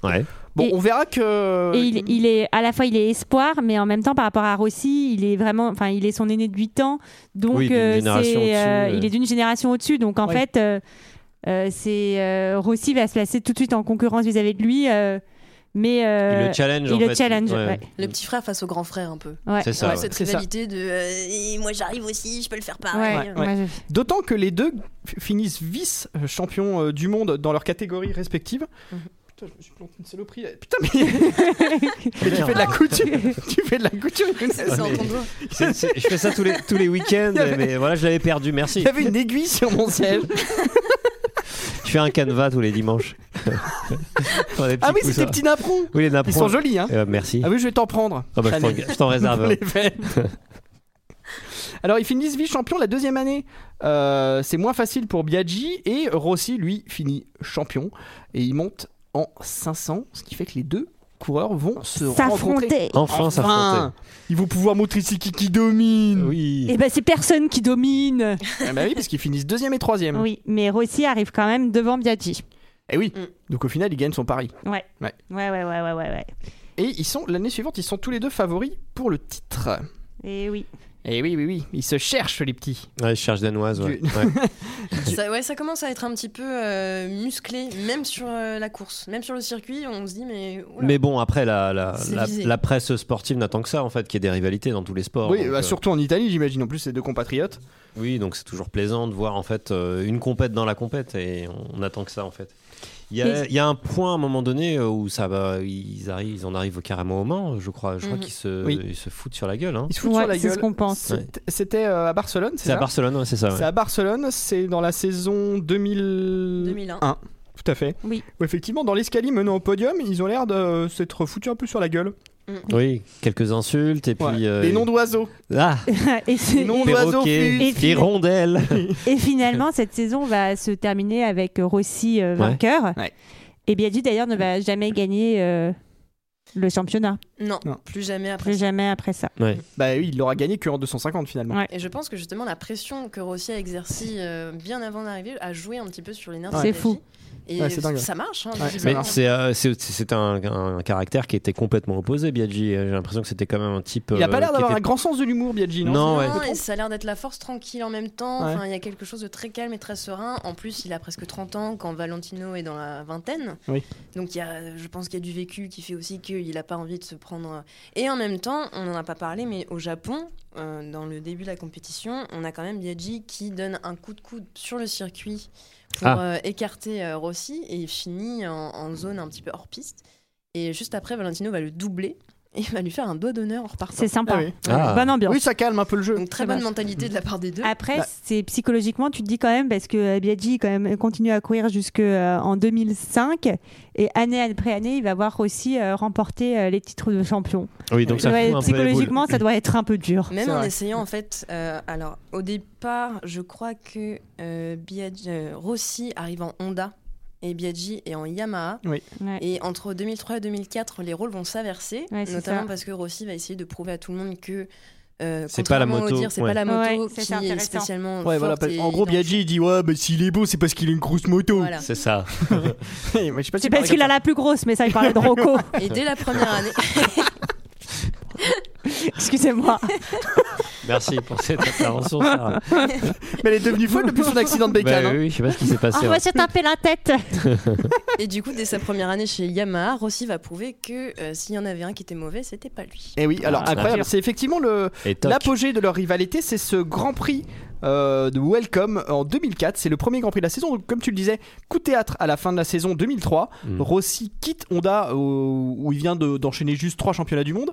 Ouais. Bon, Et- on verra que. Et il, il est à la fois il est espoir, mais en même temps par rapport à Rossi, il est vraiment, enfin il est son aîné de 8 ans, donc Oui, d'une euh, génération c'est, euh, au-dessus, euh. il est d'une génération au-dessus. Donc en Oui. fait, euh, euh, c'est euh, Rossi va se placer tout de suite en concurrence vis-à-vis de lui, euh, mais Il euh, le challenge. il en le fait. challenge, Ouais. ouais. Le petit frère face au grand frère un peu. ouais. C'est ça. Ouais, ouais. Cette C'est ça. rivalité de euh, Et moi j'arrive aussi, je peux le faire Ouais, pareil. Ouais, moi, je- D'autant que les deux f- finissent vice-champions euh, du monde dans leurs catégories respectives. Mhm. Putain, je me suis planté une saloperie. là. Putain, mais. mais tu fais de la couture Tu fais de la couture, C'est Younes. c'est en mais- ton dos. C'est- c'est- je fais ça tous les, tous les week-ends, Il y avait- mais voilà, je l'avais perdu, Il merci. y avait une aiguille sur mon siège. Je fais un canevas tous les dimanches. Pour des petits Ah oui, Ah coups, c'est des ça. petits napperons. Oui, les nappes. Ils sont jolis, hein. Euh, merci. Ah oui, je vais t'en prendre. Ah bah, je t'en- Chanel. je t'en réserve. Pour les fêtes. Alors, ils finissent vice-champion la deuxième année. Euh, c'est moins facile pour Biaggi et Rossi, lui, finit champion et il monte en 500, ce qui fait que les deux coureurs vont se rencontrer. S'affronter. Enfin, s'affronter. ils vont pouvoir montrer c'est qui qui domine. Oui. Et ben c'est personne qui domine. Ah bah oui, parce qu'ils finissent deuxième et troisième. Oui, mais Rossi arrive quand même devant Biaggi. Et oui. Mm. Donc au final, ils gagnent son pari. Ouais. Ouais. ouais, ouais, ouais, ouais, ouais, ouais. Et ils sont l'année suivante, ils sont tous les deux favoris pour le titre. Et oui. Et oui, oui, oui, ils se cherchent les petits. Ouais, je cherche danoise. Ouais. Du- Ouais. Ça, ouais, ça commence à être un petit peu euh, musclé, même sur euh, la course, même sur le circuit, on se dit mais. oula. Mais bon, après, la, la, C'est la, visé. la presse sportive n'attend que ça, en fait, qu'il y ait des rivalités dans tous les sports. Oui, donc, bah, euh, surtout en Italie, j'imagine. En plus, ces deux compatriotes. Oui, donc c'est toujours plaisant de voir en fait euh, une compète dans la compète et on, on attend que ça en fait. Il y, a, Mais- il y a un point à un moment donné euh, où ça va, ils arrivent, ils en arrivent carrément au Mans, je crois. Je crois Mhm. qu'ils se, Oui. ils se foutent sur la gueule. hein. Ils se foutent Ouais, sur la c'est gueule. ce qu'on pense. C'est- C'était euh, à Barcelone, c'est C'est à ça Barcelone, ouais, c'est ça. ouais. C'est à Barcelone, c'est dans la saison 2000... 2001. Tout à fait. Oui. Où effectivement, dans l'escalier menant au podium, ils ont l'air de euh, s'être foutus un peu sur la gueule. Mm, Oui, quelques insultes et puis Voilà. euh, Les noms d'oiseaux. ah, Et c'est- Les noms d'oiseaux. perroquets, fusent. Et puis- les rondelles. Et finalement, cette saison va se terminer avec Rossi euh, Ouais. vainqueur. Ouais. Et Biaggi, d'ailleurs, ne va jamais gagner euh, le championnat. Non, plus jamais après. Plus jamais après ça. Bah oui, il l'aura gagné que en 250 finalement. Et je pense que justement la pression que Rossi a exercée euh, bien avant d'arriver a joué un petit peu sur les nerfs. de C'est la fou. fille. Et Ouais, c'est dingue. ça marche. hein, Mais visiblement. c'est euh, c'est- c'est un, un caractère qui était complètement opposé, Biaggi. J'ai l'impression que c'était quand même un type. Il a euh, pas l'air qui d'avoir était- un grand sens de l'humour, Biaggi. Non, Non, ouais. Non, et euh, ça a l'air d'être la force tranquille en même temps. Ouais. Enfin, il y a quelque chose de très calme et très serein. En plus, il a presque 30 ans quand Valentino est dans la vingtaine. Oui. Donc, il y a, je pense qu'il y a du vécu qui fait aussi qu'il n'a pas envie de se prendre. euh. Et en même temps, on n'en a pas parlé, mais au Japon, euh, dans le début de la compétition, on a quand même Biaggi qui donne un coup de coude sur le circuit pour Ah. euh, écarter euh, Rossi et il finit en, en zone un petit peu hors piste. Et juste après, Valentino va le doubler et va lui faire un doigt d'honneur en repartant. C'est sympa. Ouais. Ah. Bonne ambiance. Ah Oui, ça calme un peu Ah, le jeu. Donc, très Ça bonne marche. mentalité de la part des deux. Après, c'est Bah. psychologiquement, tu te dis quand même, parce que euh, Biaggi quand même continue à courir euh, jusqu'en 2005, et année après année, il va voir aussi euh, remporter euh, les titres de champion. Oui, donc ça doit fout être- un peu les boules. Psychologiquement, ça doit être un peu dur. Même en essayant, en fait. euh, alors, au départ, je crois que euh, Biaggi- euh, Rossi arrive en Honda et Biaggi est en Yamaha. Oui. Ouais. Et entre 2003 et 2004, les rôles vont s'inverser, Ouais, c'est notamment ça. parce que Rossi va essayer de prouver à tout le monde que. euh, C'est pas la contrairement au moto, dire, c'est ouais. pas la moto Ouais, ça, c'est qui est intéressant. spécialement. Ouais, voilà, forte parce- et en gros, Biaggi il dit Ouais, bah s'il est beau, c'est parce qu'il a une grosse moto. Voilà. C'est ça. Je sais pas C'est s'il parce parlait comme qu'il a ça. la plus grosse, mais ça, il parlait de Rocco. Et dès la première année. Excusez-moi. Merci pour cette intervention, Bah Sarah. Mais elle est devenue folle depuis son accident de bécane. Bah hein. oui, je sais pas ce qui s'est passé. On ouais. va se taper la tête. Et du coup, dès sa première année chez Yamaha, Rossi va prouver que euh, s'il y en avait un qui était mauvais, c'était pas lui. Et Eh oui, alors Ah, incroyable. sûr. C'est effectivement le Et toc. l'apogée de leur rivalité, c'est ce Grand Prix euh, de Welcome en 2004. C'est le premier Grand Prix de la saison. Donc, comme tu le disais, coup de théâtre à la fin de la saison 2003. Mm. Rossi quitte Honda au- où il vient de- d'enchaîner juste trois championnats du monde.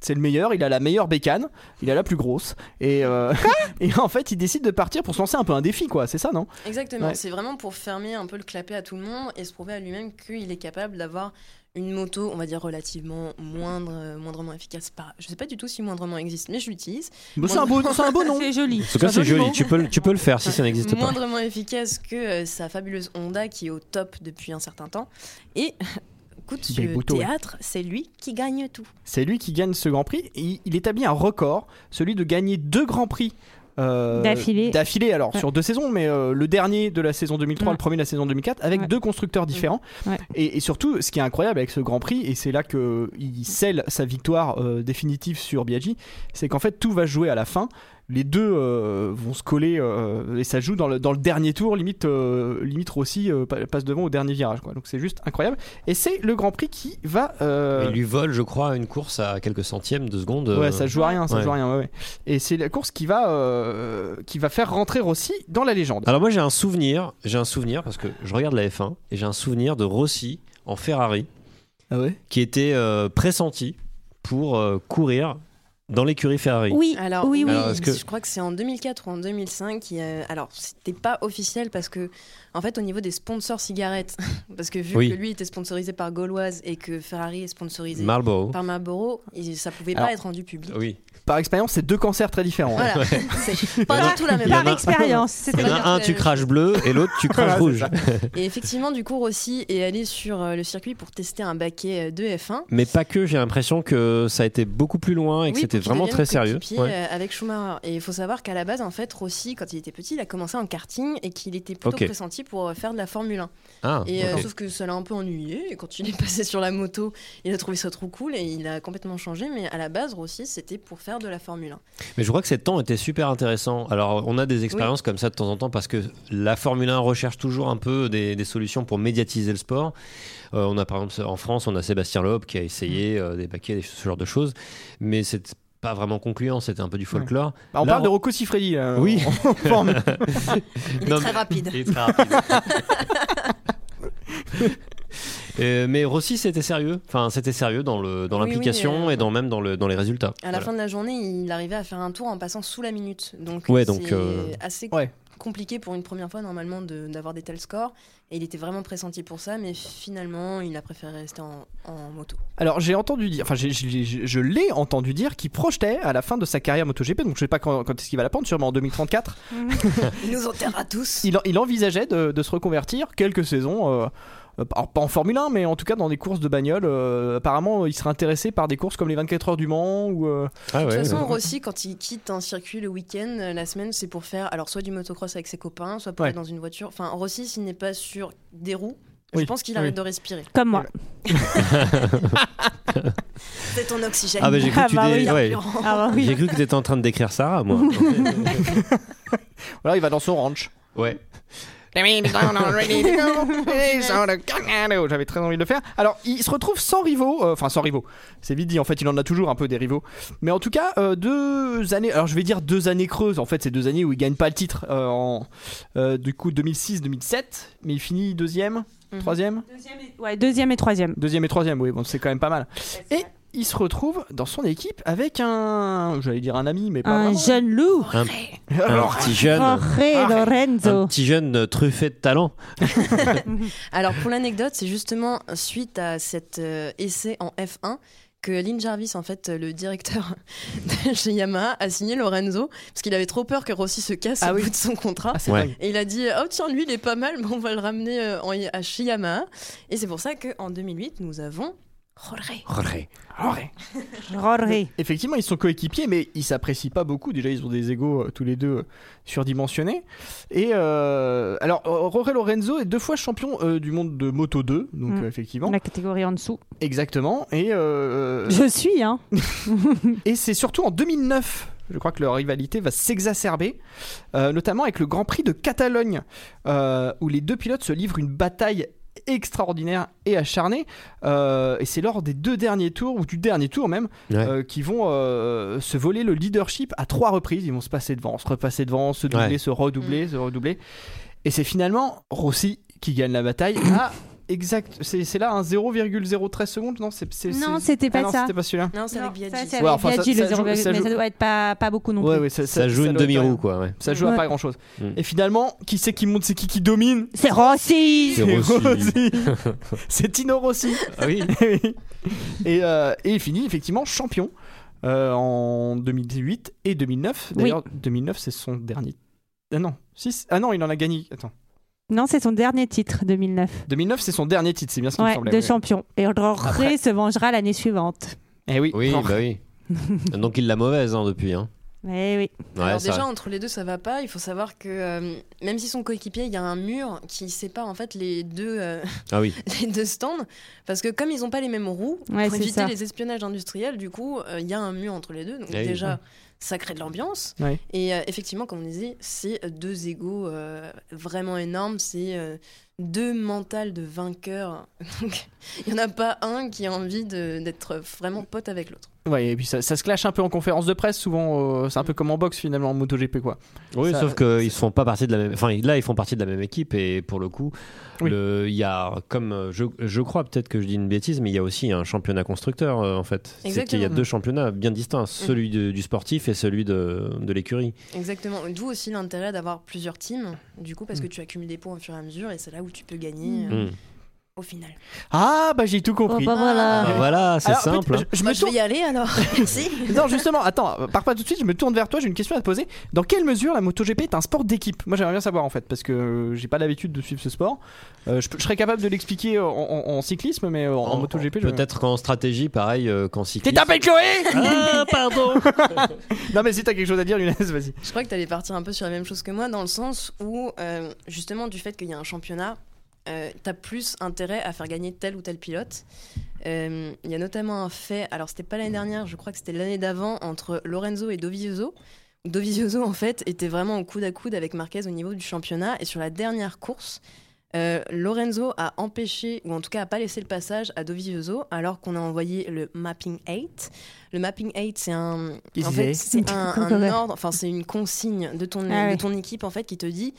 C'est le meilleur, il a la meilleure bécane, il a la plus grosse. Et, euh, et en fait, il décide de partir pour se lancer un peu un défi, quoi. C'est ça, non Exactement, Ouais. c'est vraiment pour fermer un peu le clapet à tout le monde et se prouver à lui-même qu'il est capable d'avoir une moto, on va dire relativement moindre, euh, moindrement efficace. Pas, je sais pas du tout si moindrement existe, mais je l'utilise. Bah, c'est un beau- Moindrement- c'est un beau nom. C'est joli. En tout cas, c'est joli. Tu peux, le- tu peux le faire si ça n'existe pas. moindrement efficace que euh, sa fabuleuse Honda qui est au top depuis un certain temps. Et écoute, Des ce boutons, ouais. théâtre, c'est lui qui gagne tout. C'est lui qui gagne ce Grand Prix. Et il- il établit un record, celui de gagner deux Grands Prix. euh, D'affilée. D'affilée, alors Ouais. sur deux saisons, mais euh, le dernier de la saison 2003, Ouais. le premier de la saison 2004, avec Ouais. deux constructeurs différents. Ouais. Et, et surtout, ce qui est incroyable avec ce Grand Prix, et c'est là que il scelle sa victoire euh, définitive sur Biaggi, c'est qu'en fait tout va se jouer à la fin. Les deux euh, vont se coller euh, et ça joue dans le, dans le dernier tour, limite, euh, limite Rossi euh, pa- passe devant au dernier virage. Quoi. Donc c'est juste incroyable. Et c'est le Grand Prix qui va. euh, Il lui vole, je crois, une course à quelques centièmes de seconde. euh, Ouais, ça joue à rien, ça ouais. joue à rien. ouais, ouais. Et c'est la course qui va, euh, qui va faire rentrer Rossi dans la légende. Alors moi j'ai un souvenir, j'ai un souvenir parce que je regarde la F1 et j'ai un souvenir de Rossi en Ferrari qui était euh, pressenti pour euh, courir dans l'écurie Ferrari. alors, oui, oui. Alors, Alors, est-ce que- Je crois que c'est en 2004 ou en 2005. il y a- Alors, c'était pas officiel parce que, en fait, au niveau des sponsors cigarettes, parce que vu Oui. que lui était sponsorisé par Gauloise et que Ferrari est sponsorisé Marlboro. par Marlboro, il- ça pouvait Alors- pas être rendu public. Oui. Par expérience, c'est deux cancers très différents. Voilà, ouais. c'est pas du tout la même Il y en a- chose. Il y en a un, tu craches bleu et l'autre, tu Voilà, craches euh, c'est rouge. ça. Et effectivement, du coup, Rossi est allé sur euh, le circuit pour tester un baquet euh, de F1. Mais pas que, j'ai l'impression que ça a été beaucoup plus loin et que Oui, c'était pour qu'il vraiment devienne très sérieux. coéquipier, Ouais. euh, Avec Schumacher. Et il faut savoir qu'à la base, en fait, Rossi, quand il était petit, il a commencé en karting et qu'il était plutôt Ok. pressenti pour euh, faire de la Formule 1. Ah, et euh, ok. sauf que ça l'a un peu ennuyé. Et quand il est passé sur la moto, il a trouvé ça trop cool et il a complètement changé. Mais à la base, Rossi, c'était pour faire de la Formule 1. Mais je crois que ces temps étaient super intéressants. Alors, on a des expériences comme ça de temps en temps parce que la Formule 1 recherche toujours un peu des, des solutions pour médiatiser le sport. Euh, on a par exemple en France, on a Sébastien Loeb qui a Mm. essayé euh, des paquets, des- ce genre de choses, mais c'est pas vraiment concluant. C'était un peu du folklore. Bah, on Là, parle de Rocco Siffredi. là. Oui. On forme. Il est Non, très mais- rapide. il est très rapide. Euh, mais Rossi, c'était sérieux. Enfin, c'était sérieux dans le dans Oui, oui, l'implication euh, et dans même dans le dans les résultats. À la Voilà. fin de la journée, il arrivait à faire un tour en passant sous la minute. Donc, Ouais, c'est donc, euh, assez ouais. compliqué pour une première fois, normalement, de- d'avoir des tels scores. Et il était vraiment pressenti pour ça, mais finalement, il a préféré rester en, en moto. Alors j'ai entendu dire, enfin j'ai- j'ai- j'ai- je l'ai entendu dire qu'il projetait à la fin de sa carrière MotoGP, donc je sais pas quand, quand est-ce qu'il va la prendre, sûrement en 2034. Il nous enterre à tous. Il, en- il envisageait de, de se reconvertir quelques saisons. euh, euh, alors pas en Formule 1, mais en tout cas dans des courses de bagnole. euh, apparemment, il serait intéressé par des courses comme les 24 heures du Mans ou. euh, Ah de toute façon, Rossi, quand il quitte un circuit le week-end, euh, la semaine, c'est pour faire alors soit du motocross avec ses copains, soit pour Ouais. aller dans une voiture. Enfin, Rossi, s'il n'est pas sur des roues, Oui. je pense qu'il Oui. arrête de respirer. Comme moi. C'est ton oxygène. Ah, bah, j'ai cru, que tu dé- oui. ouais. Ah bah oui. J'ai cru que t'étais en train de décrire Sarah, moi. voilà, il va dans son ranch. Ouais. J'avais très envie de le faire. Alors, il se retrouve sans rivaux, euh, enfin sans rivaux. C'est vite dit, en fait, il en a toujours un peu des rivaux. Mais en tout cas, euh, deux années, alors je vais dire deux années creuses, en fait, c'est deux années où il gagne pas le titre. euh, en, euh, du coup, 2006-2007, mais il finit deuxième, troisième Ouais, deuxième et troisième. Deuxième et troisième, oui, bon, c'est quand même pas mal. Et il se retrouve dans son équipe avec un, j'allais dire un ami, mais pas Un vraiment. jeune loup. Un, un petit jeune. Jorge Lorenzo. Un petit jeune euh, truffé de talent. Alors pour l'anecdote, c'est justement suite à cet euh, essai en F1 que Lynn Jarvis, en fait, le directeur de chez Yamaha, a signé Lorenzo parce qu'il avait trop peur que Rossi se casse Ah au oui. bout de son contrat. Ah, c'est Ouais. dingue. Et il a dit Oh, tiens, lui, il est pas mal, mais on va le ramener euh, en- à chez Yamaha. Et c'est pour ça qu'en 2008, nous avons Jorge. Roré. Effectivement, ils sont coéquipiers, mais ils s'apprécient pas beaucoup. Déjà, ils ont des égaux euh, tous les deux euh, surdimensionnés. Et euh, alors, Roré Lorenzo est deux fois champion euh, du monde de Moto 2, donc Mm. euh, effectivement. La catégorie en dessous. Exactement. Et euh, Je suis, hein. et c'est surtout en 2009. Je crois que leur rivalité va s'exacerber, euh, notamment avec le Grand Prix de Catalogne, euh, où les deux pilotes se livrent une bataille extraordinaire et acharnée. Euh, et c'est lors des deux derniers tours, ou du dernier tour même, Ouais. euh, qui vont euh, se voler le leadership à trois reprises. Ils vont se passer devant, se repasser devant, se doubler, Ouais. se redoubler, Mm. se redoubler. Et c'est finalement Rossi qui gagne la bataille à exact. C'est c'est là un 0,013 secondes Non, c'est- c'est- Non, c'est- c'était pas Ah non, ça. c'était pas celui-là. Non, c'est avec Ça, Biaggi. c'est Ouais, avec enfin, ça- Biaggi, le ça joue- 0,8, ça mais joue- ça doit être pas, pas beaucoup non plus. Ouais, ouais, ça, Ça joue une doit être demi-roue, rien. quoi, ouais. Ça joue à Ouais. pas grand chose. Mm. Et finalement, qui c'est qui monte C'est qui qui domine C'est Rossi C'est Rossi. C'est Tino Rossi Eh Ah oui. et, euh, et il finit effectivement champion euh, en 2008 et 2009. Oui. D'ailleurs, 2009, c'est son dernier. Ah non, six- ah non, il en a gagné. Attends. Non, c'est son dernier titre, 2009. 2009, c'est son dernier titre, c'est bien ce qu'il me Ouais, semblait. de oui. champion. Et Roré se vengera l'année suivante. Eh oui, Oui, Oh. bah oui. Donc il l'a mauvaise hein, depuis. Hein. Eh oui. Ouais, Alors ça- déjà entre les deux ça va pas. Il faut savoir que euh, même s'ils sont coéquipiers, il y a un mur qui sépare en fait les deux euh, Ah oui. les deux stands parce que comme ils n'ont pas les mêmes roues Ouais, pour c'est éviter ça. les espionnages industriels, du coup euh, il y a un mur entre les deux. Donc Ah oui. déjà Ouais. ça crée de l'ambiance. Ouais. Et euh, effectivement comme on disait, c'est deux égaux euh, vraiment énormes. C'est euh, deux mentales de vainqueurs. Donc il y en a pas un qui a envie de- d'être vraiment pote avec l'autre. Ouais, et puis ça, ça se clash un peu en conférence de presse, souvent. euh, c'est un peu comme en boxe finalement, en MotoGP quoi. Oui, Ça- sauf qu'ils font pas partie de la même. Enfin, là, ils font partie de la même équipe et pour le coup, Oui. le- il y a comme euh, je, je crois peut-être que je dis une bêtise, mais il y a aussi un championnat constructeur euh, en fait. C'est qu'il y a Exactement. deux championnats bien distincts, Mm. celui de- du sportif et celui de, de l'écurie. Exactement. D'où aussi l'intérêt d'avoir plusieurs teams, du coup, parce que tu accumules des points au fur et à mesure, et c'est là où tu peux gagner euh, Mm. au final. Ah, bah j'ai tout compris. bah voilà. Ah, voilà, c'est Alors, simple. je- je Bah, me je vais y aller alors. Merci. Non, justement, attends, pars pas tout de suite, je me tourne vers toi, j'ai une question à te poser. Dans quelle mesure la MotoGP est un sport d'équipe Moi j'aimerais bien savoir en fait, parce que euh, j'ai pas l'habitude de suivre ce sport. Euh, je, peux- je serais capable de l'expliquer en, en- en cyclisme, mais en, en MotoGP, je... Peut-être qu'en stratégie, pareil, euh, qu'en T'es cyclisme. tapé Chloé Ah, pardon Non, mais si t'as quelque chose à dire, Younes, vas-y. Je crois que tu allais partir un peu sur la même chose que moi, dans le sens où, euh, justement, du fait qu'il y a un championnat, euh, t'as plus intérêt à faire gagner tel ou tel pilote. Euh, Il y a notamment un fait, alors c'était pas l'année dernière, je crois que c'était l'année d'avant, entre Lorenzo et Dovizioso. Dovizioso, en fait, était vraiment au coude à coude avec Marquez au niveau du championnat. Et sur la dernière course, euh, Lorenzo a empêché, ou en tout cas a pas laissé le passage à Dovizioso, alors qu'on a envoyé le Mapping 8. Le Mapping 8, c'est un, Qu'est-ce en que fait, c'est c'est un, Comme un ça. ordre, enfin c'est une consigne de ton, Ah de ouais. ton équipe en fait qui te dit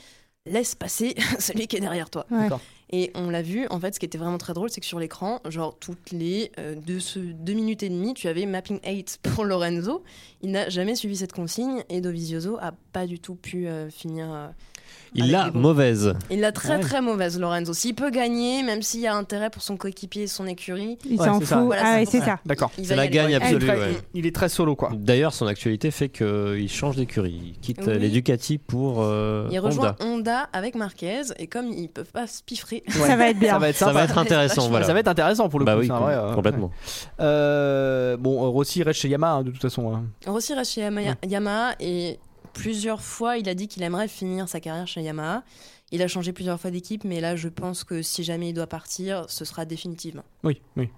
laisse passer celui qui est derrière toi. Ouais. D'accord. Et on l'a vu, en fait, ce qui était vraiment très drôle, c'est que sur l'écran, genre toutes les euh, deux, se- deux minutes et demie, tu avais Mapping 8 pour Lorenzo. Il n'a jamais suivi cette consigne et Dovizioso a pas du tout pu euh, finir euh, Il l'a Ah mauvaise. Il l'a très très mauvaise, Lorenzo. S'il peut gagner, même s'il y a intérêt pour son coéquipier et son écurie, Il s'en fout. Ah, ouais, c'est ça. D'accord. Il C'est va y la aller, gagne ouais. absolue. Ah, Il est très- il est très solo, quoi. D'ailleurs, son actualité fait qu'il change d'écurie. Il quitte Oui. les Ducati pour euh, Il rejoint Honda. Honda avec Marquez et comme ils peuvent pas se piffrer, Ouais. Ça va être, Ça sympa. va être intéressant, voilà. Ça va être intéressant pour le Bah coup. oui, c'est un vrai, euh, complètement. ouais. Euh, bon, euh, Rossi reste chez Yamaha hein, de toute façon. hein. Rossi reste chez Yama- Yamaha et plusieurs fois il a dit qu'il aimerait finir sa carrière chez Yamaha. Il a changé plusieurs fois d'équipe, mais là je pense que si jamais il doit partir, ce sera définitivement. Oui, oui.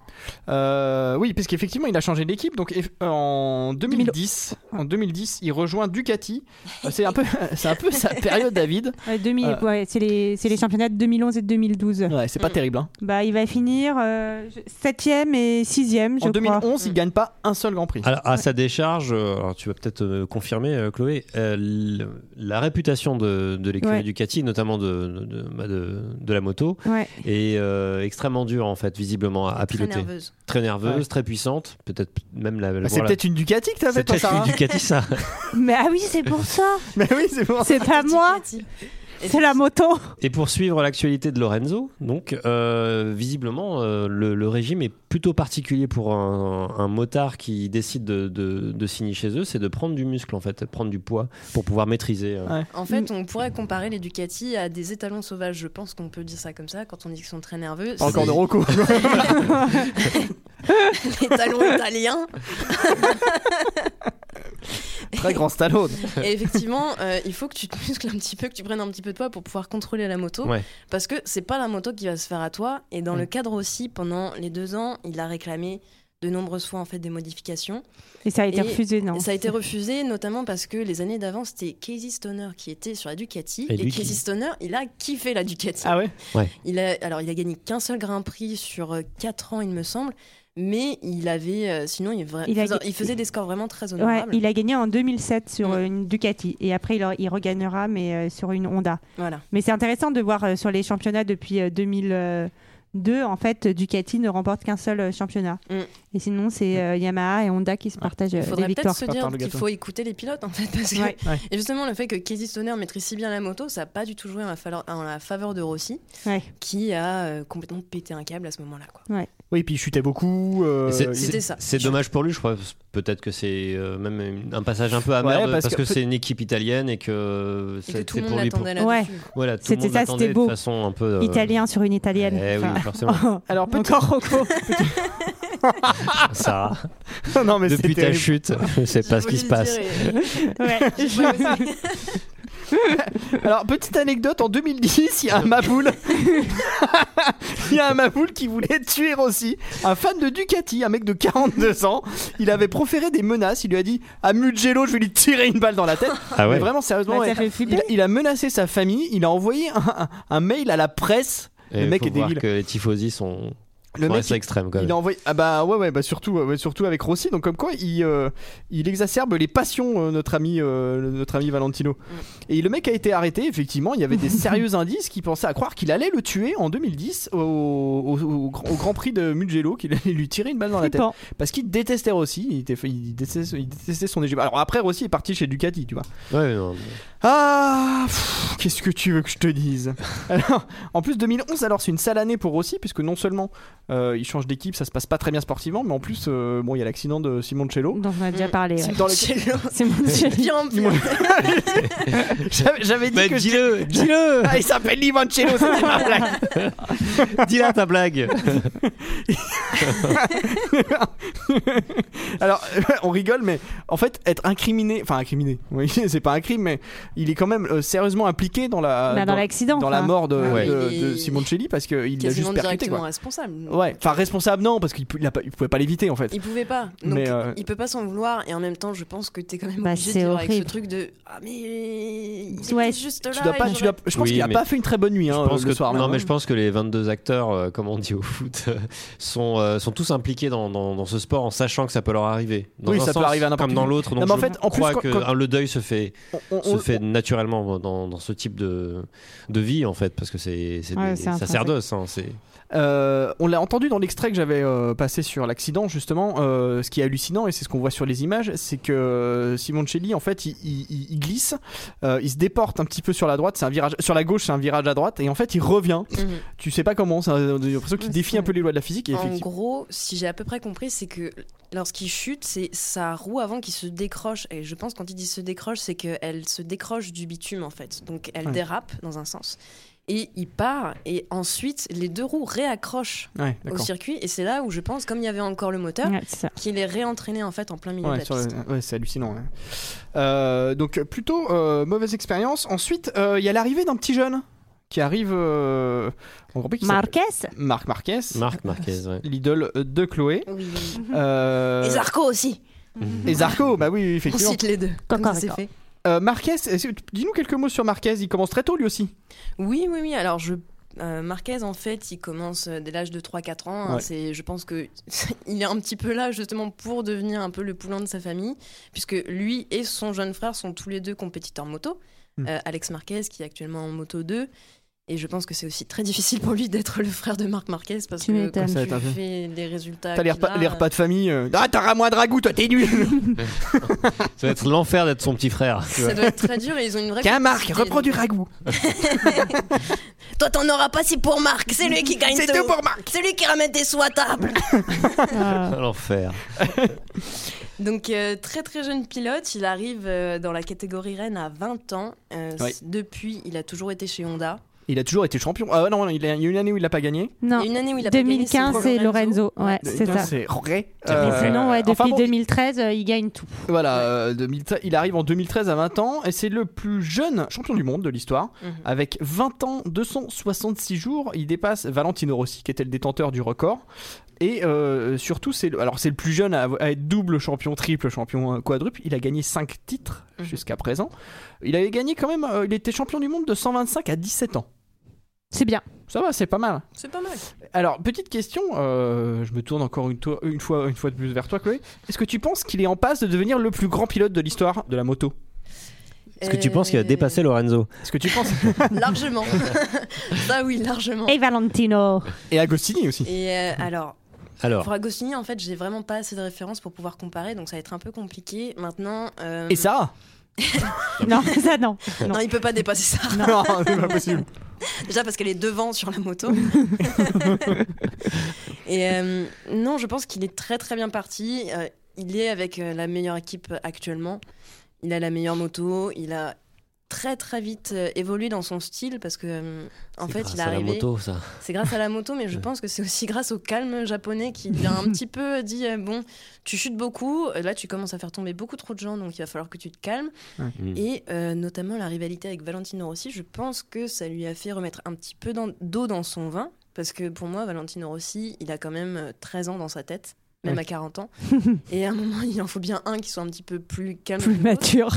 Euh, oui, parce qu'effectivement, il a changé d'équipe. Donc, eff- euh, en 2010, en 2010, il rejoint Ducati. Euh, C'est un peu, c'est un peu sa période, David. Ouais, 2000, Euh. ouais, c'est les, c'est les championnats de 2011 et de 2012. Ouais, c'est pas terrible. hein. Bah, il va finir 7ème et 6ème, je En crois. Mm. 2011, il gagne pas un seul Grand Prix. Alors, à sa décharge, euh, alors tu vas peut-être euh, confirmer, euh, Chloé, euh, l- la réputation de, de l'écurie Ouais. Ducati, notamment de, de, de- bah, de- de la moto, Ouais. est euh, extrêmement dure, en fait, visiblement, à, à Très piloter. nerveuse. Très nerveuse, Ouais. très puissante, peut-être même la. Bah, c'est peut-être une Ducati que t'avais, C'est toi, peut-être Sarah. une Ducati, ça. Mais ah oui, c'est pour ça. hein. Mais oui, c'est pour C'est pas moi. C'est la moto. Et pour suivre l'actualité de Lorenzo, donc euh, visiblement euh, le, le régime est plutôt particulier pour un, un motard qui décide de, de- de signer chez eux, c'est de prendre du muscle en fait, prendre du poids pour pouvoir maîtriser. euh. En fait, Mm. on pourrait comparer les Ducati à des étalons sauvages. Je pense qu'on peut dire ça comme ça quand on dit qu'ils sont très nerveux. Pas encore de Rocco. les talons italiens. Très grand Stallone. Et effectivement, euh, il faut que tu te muscles un petit peu, que tu prennes un petit peu de poids pour pouvoir contrôler la moto. Ouais. Parce que c'est pas la moto qui va se faire à toi. Et Mm. dans le cadre aussi, pendant les deux ans, il a réclamé de nombreuses fois en fait des modifications. Et ça a été refusé, non et Ça a été refusé, notamment parce que les années d'avant, c'était Casey Stoner qui était sur la Ducati. Et Et, lui qui- Casey Stoner, il a kiffé la Ducati. Ah ouais Ouais. il a, Alors, il a gagné qu'un seul Grand Prix sur 4 ans, il me semble. Mais il avait. euh, sinon, il, vra- Il a faisait, ga- il faisait des scores vraiment très Ouais, honorables. il a gagné en 2007 sur Mm. euh, une Ducati et après il, re- il regagnera mais euh, sur une Honda. Voilà. Mais c'est intéressant de voir euh, sur les championnats depuis euh, 2002 en fait Ducati ne remporte qu'un seul euh, championnat. Mm. Et sinon c'est euh, Yamaha et Honda qui se partagent euh, Il faudrait les peut-être victoires. se dire qu'il faut écouter les pilotes en fait. Parce que... Ouais. Ouais. Et justement, le fait que Casey Stoner maîtrise si bien la moto, ça n'a pas du tout joué en la, faleur- en la faveur de Rossi, Ouais. qui a euh, complètement pété un câble à ce moment-là. quoi. Oui, puis il chutait beaucoup. euh, Et c'est- il- C'était ça. C'est dommage pour lui, je crois. Peut-être que c'est euh, même une- un passage un peu amer Ouais, de- parce parce, que que, c'est une équipe italienne et que Et que c'est tout le c'est monde pour lui. pour- l'attendait là-dessus. Voilà, tout le C'était monde ça, l'attendait c'était beau. de façon un peu. euh, Italien sur une italienne. Eh oui, Enfin, forcément. Alors peut-être Encore Rocco. Sarah, non, mais depuis c'est ta terrible. chute, je sais pas ce qui se passe. Ouais. Alors, petite anecdote, en 2010, il y a un Maboul. Il y a un Maboul qui voulait tuer Rossi. Un fan de Ducati, un mec de 42 ans. Il avait proféré des menaces. Il lui a dit À Mugello, je vais lui tirer une balle dans la tête. Ah ouais. Mais vraiment, sérieusement, Ouais, Bah, ça ouais. fait flipper. il, a, il a menacé sa famille. Il a envoyé un, un- un mail à la presse. Et le mec faut est voir débile. que les tifosi sont. Le sont mec, assez extrêmes quand même. Il a envoyé. Ah bah ouais, ouais, bah surtout, ouais, surtout avec Rossi. Donc, comme quoi, il, euh, il exacerbe les passions, euh, notre, ami, euh, notre ami Valentino. Et le mec a été arrêté, effectivement. Il y avait des sérieux indices qui pensaient à croire qu'il allait le tuer en 2010 au, au- au Grand- au Grand Prix de Mugello, qu'il allait lui tirer une balle dans la tête. Flippant. Parce qu'il détestait Rossi, il, était, il, détestait, il détestait son égypte. Alors après, Rossi est parti chez Ducati, tu vois. Ouais, non. Ah, pff, qu'est-ce que tu veux que je te dise alors, En plus, 2011, alors c'est une sale année pour Rossi, puisque non seulement euh, il change d'équipe, ça se passe pas très bien sportivement, mais en plus, euh, bon, il y a l'accident de Simoncello. dont on a déjà parlé. ouais. Dans le- C'est mon C'est bien en pire. J'avais j'avais dit que. je- Bah, dis-le, dis-le, Ah, il s'appelle Limoncello, c'était ma blague dis-la ta blague. Alors, on rigole, mais en fait, être incriminé, enfin incriminé, oui, c'est pas un crime, mais il est quand même euh, sérieusement impliqué dans la. Bah, dans l'accident, Dans la enfin. Ah mort de, Ouais. de- Il est- de Simoncelli, parce qu'il l'a Quasiment juste percuté, directement quoi. responsable. Ouais, enfin responsable, non, parce qu'il pou- il a pas- il pouvait pas l'éviter en fait. Il pouvait pas. Donc, Mais, euh, il peut pas s'en vouloir. Et en même temps, je pense que t'es quand même Bah, obligé c'est de vivre avec ce horrible. truc de Ah, mais. Il Ouais, était juste là. Tu dois pas, et tu j'aurais- dois- je pense Oui, qu'il a mais- pas fait une très bonne nuit hein, je pense le que, soir. non, même. mais je pense que les 22 acteurs, euh, comme on dit au foot, euh, sont, euh, sont tous impliqués dans, dans- dans ce sport en sachant que ça peut leur arriver. Dans Oui, un ça peut sens, arriver à n'importe Comme dans qui. l'autre. Non, Donc mais en je fait, en plus, crois quand- que quand- hein, le deuil se fait, On- on- se on- fait naturellement dans, dans ce type de, de vie, en fait, parce que c'est c'est Ouais, des- c'est ça sert intrinsèque. d'os. hein, c'est- Euh, on l'a entendu dans l'extrait que j'avais euh, passé sur l'accident, justement. euh, ce qui est hallucinant, et c'est ce qu'on voit sur les images, c'est que euh, Simoncelli, en fait, il, il- il- il glisse, euh, il se déporte un petit peu sur la droite, c'est un virage, sur la gauche, c'est un virage à droite, et en fait, il revient. Mhm. Tu sais pas comment, ça- on a l'impression qu'il défie un peu les lois de la physique, et En effectivement. gros, si j'ai à peu près compris, c'est que lorsqu'il chute, c'est sa roue avant qui se décroche. Et je pense quand il dit se décroche, c'est qu'elle se décroche du bitume en fait. Donc elle Ouais. dérape dans un sens. Et il part, et ensuite les deux roues réaccrochent Ouais, au d'accord. circuit. Et c'est là où je pense, comme il y avait encore le moteur, Ouais, c'est ça. qu'il est réentraîné en fait en plein milieu de Ouais, la sur piste. le- ouais, c'est hallucinant. ouais. Euh, donc euh, plutôt euh, mauvaise expérience. Ensuite, euh, il y a l'arrivée d'un petit jeune qui arrive euh, en groupe. qui s'appelle- Marc Marquez. Marc Marquez, ouais. L'idole de Chloé. Euh, Et Zarco aussi. Et Zarco, bah oui, On effectivement. cite les deux. Comme ça, c'est fait. Euh, Marquez, est-ce que- dis-nous quelques mots sur Marquez. Il commence très tôt lui aussi. Oui, oui, oui. Alors, je. euh, Marquez, en fait, il commence euh, dès l'âge de 3-4 ans. hein. Ouais. C'est, je pense que il est un petit peu là justement pour devenir un peu le poulain de sa famille, puisque lui et son jeune frère sont tous les deux compétiteurs moto. Mm. Euh, Alex Marquez, qui est actuellement en moto 2, et je pense que c'est aussi très difficile pour lui d'être le frère de Marc Marquez parce Tu que m'étonnes. Ça va quand être un tu peu- fais les résultats, T'as les qu'il repas, Ah, a, les repas de famille. euh, Ah, t'as un moins dragou, toi, t'es nul. Ça va être l'enfer d'être son petit frère. tu ça vois. doit être très dur. Et ils ont une vraie. Tiens, Marc, complicité. reprends du ragoût. Toi, t'en auras pas, c'est pour Marc. C'est lui qui gagne C'est tout pour Marc. C'est lui qui ramène des sous à table. euh, l'enfer. Donc euh, très très jeune pilote, il arrive euh, dans la catégorie Rennes à 20 ans. Euh, Ouais. c- Depuis, il a toujours été chez Honda. Il a toujours été champion. Ah non, non, il y a il y a une année où il l'a pas gagné. Non. Il y a une année où il a pas gagné, 2015, c'est Lorenzo. Ouais, c'est Putain, ça. C'est euh, vrai. Mais sinon, ouais, depuis enfin bon, 2013, euh, il gagne tout. Voilà, euh, 2013 il arrive en 2013 à 20 ans et c'est le plus jeune champion du monde de l'histoire. Avec 20 ans, 266 jours, il dépasse Valentino Rossi qui était le détenteur du record. Et euh, surtout, c'est le, alors c'est le plus jeune à, à être double champion, triple champion, euh, quadruple. Il a gagné 5 titres jusqu'à présent. Il avait gagné quand même, euh, il était champion du monde de 125 à 17 ans. C'est bien. Ça va, c'est pas mal. C'est pas mal. Alors, petite question, euh, je me tourne encore une, to- une fois, une fois de plus vers toi, Chloé. Est-ce que tu penses qu'il est en passe de devenir le plus grand pilote de l'histoire de la moto Est-ce que tu penses qu'il a dépassé Lorenzo Est-ce que tu penses Largement. Ça oui, largement. Et Valentino. Et Agostini aussi. Et euh, alors, Alors. pour Agostini, en fait, j'ai vraiment pas assez de références pour pouvoir comparer, donc ça va être un peu compliqué. Maintenant. euh, Et Sarah Non, ça non. Non, il peut pas dépasser ça. Non, c'est pas possible. Déjà parce qu'elle est devant sur la moto. Et euh, non, je pense qu'il est très très bien parti. Euh, il est avec euh, la meilleure équipe actuellement. Il a la meilleure moto. Il a très très vite euh, évolué dans son style parce que euh, en fait grâce il est à Ah, la arrivé. moto, ça. C'est grâce à la moto, mais je pense que c'est aussi grâce au calme japonais qui lui a un petit peu dit euh, bon, tu chutes beaucoup. euh, Là, tu commences à faire tomber beaucoup trop de gens, donc il va falloir que tu te calmes. Ouais. Mm. Et euh, notamment la rivalité avec Valentino Rossi, je pense que ça lui a fait remettre un petit peu dans- d'eau dans son vin. Parce que pour moi, Valentino Rossi, il a quand même euh, 13 ans dans sa tête, même Ouais. à 40 ans. Et à un moment, il en faut bien un qui soit un petit peu plus calme. Plus que l'autre. mature.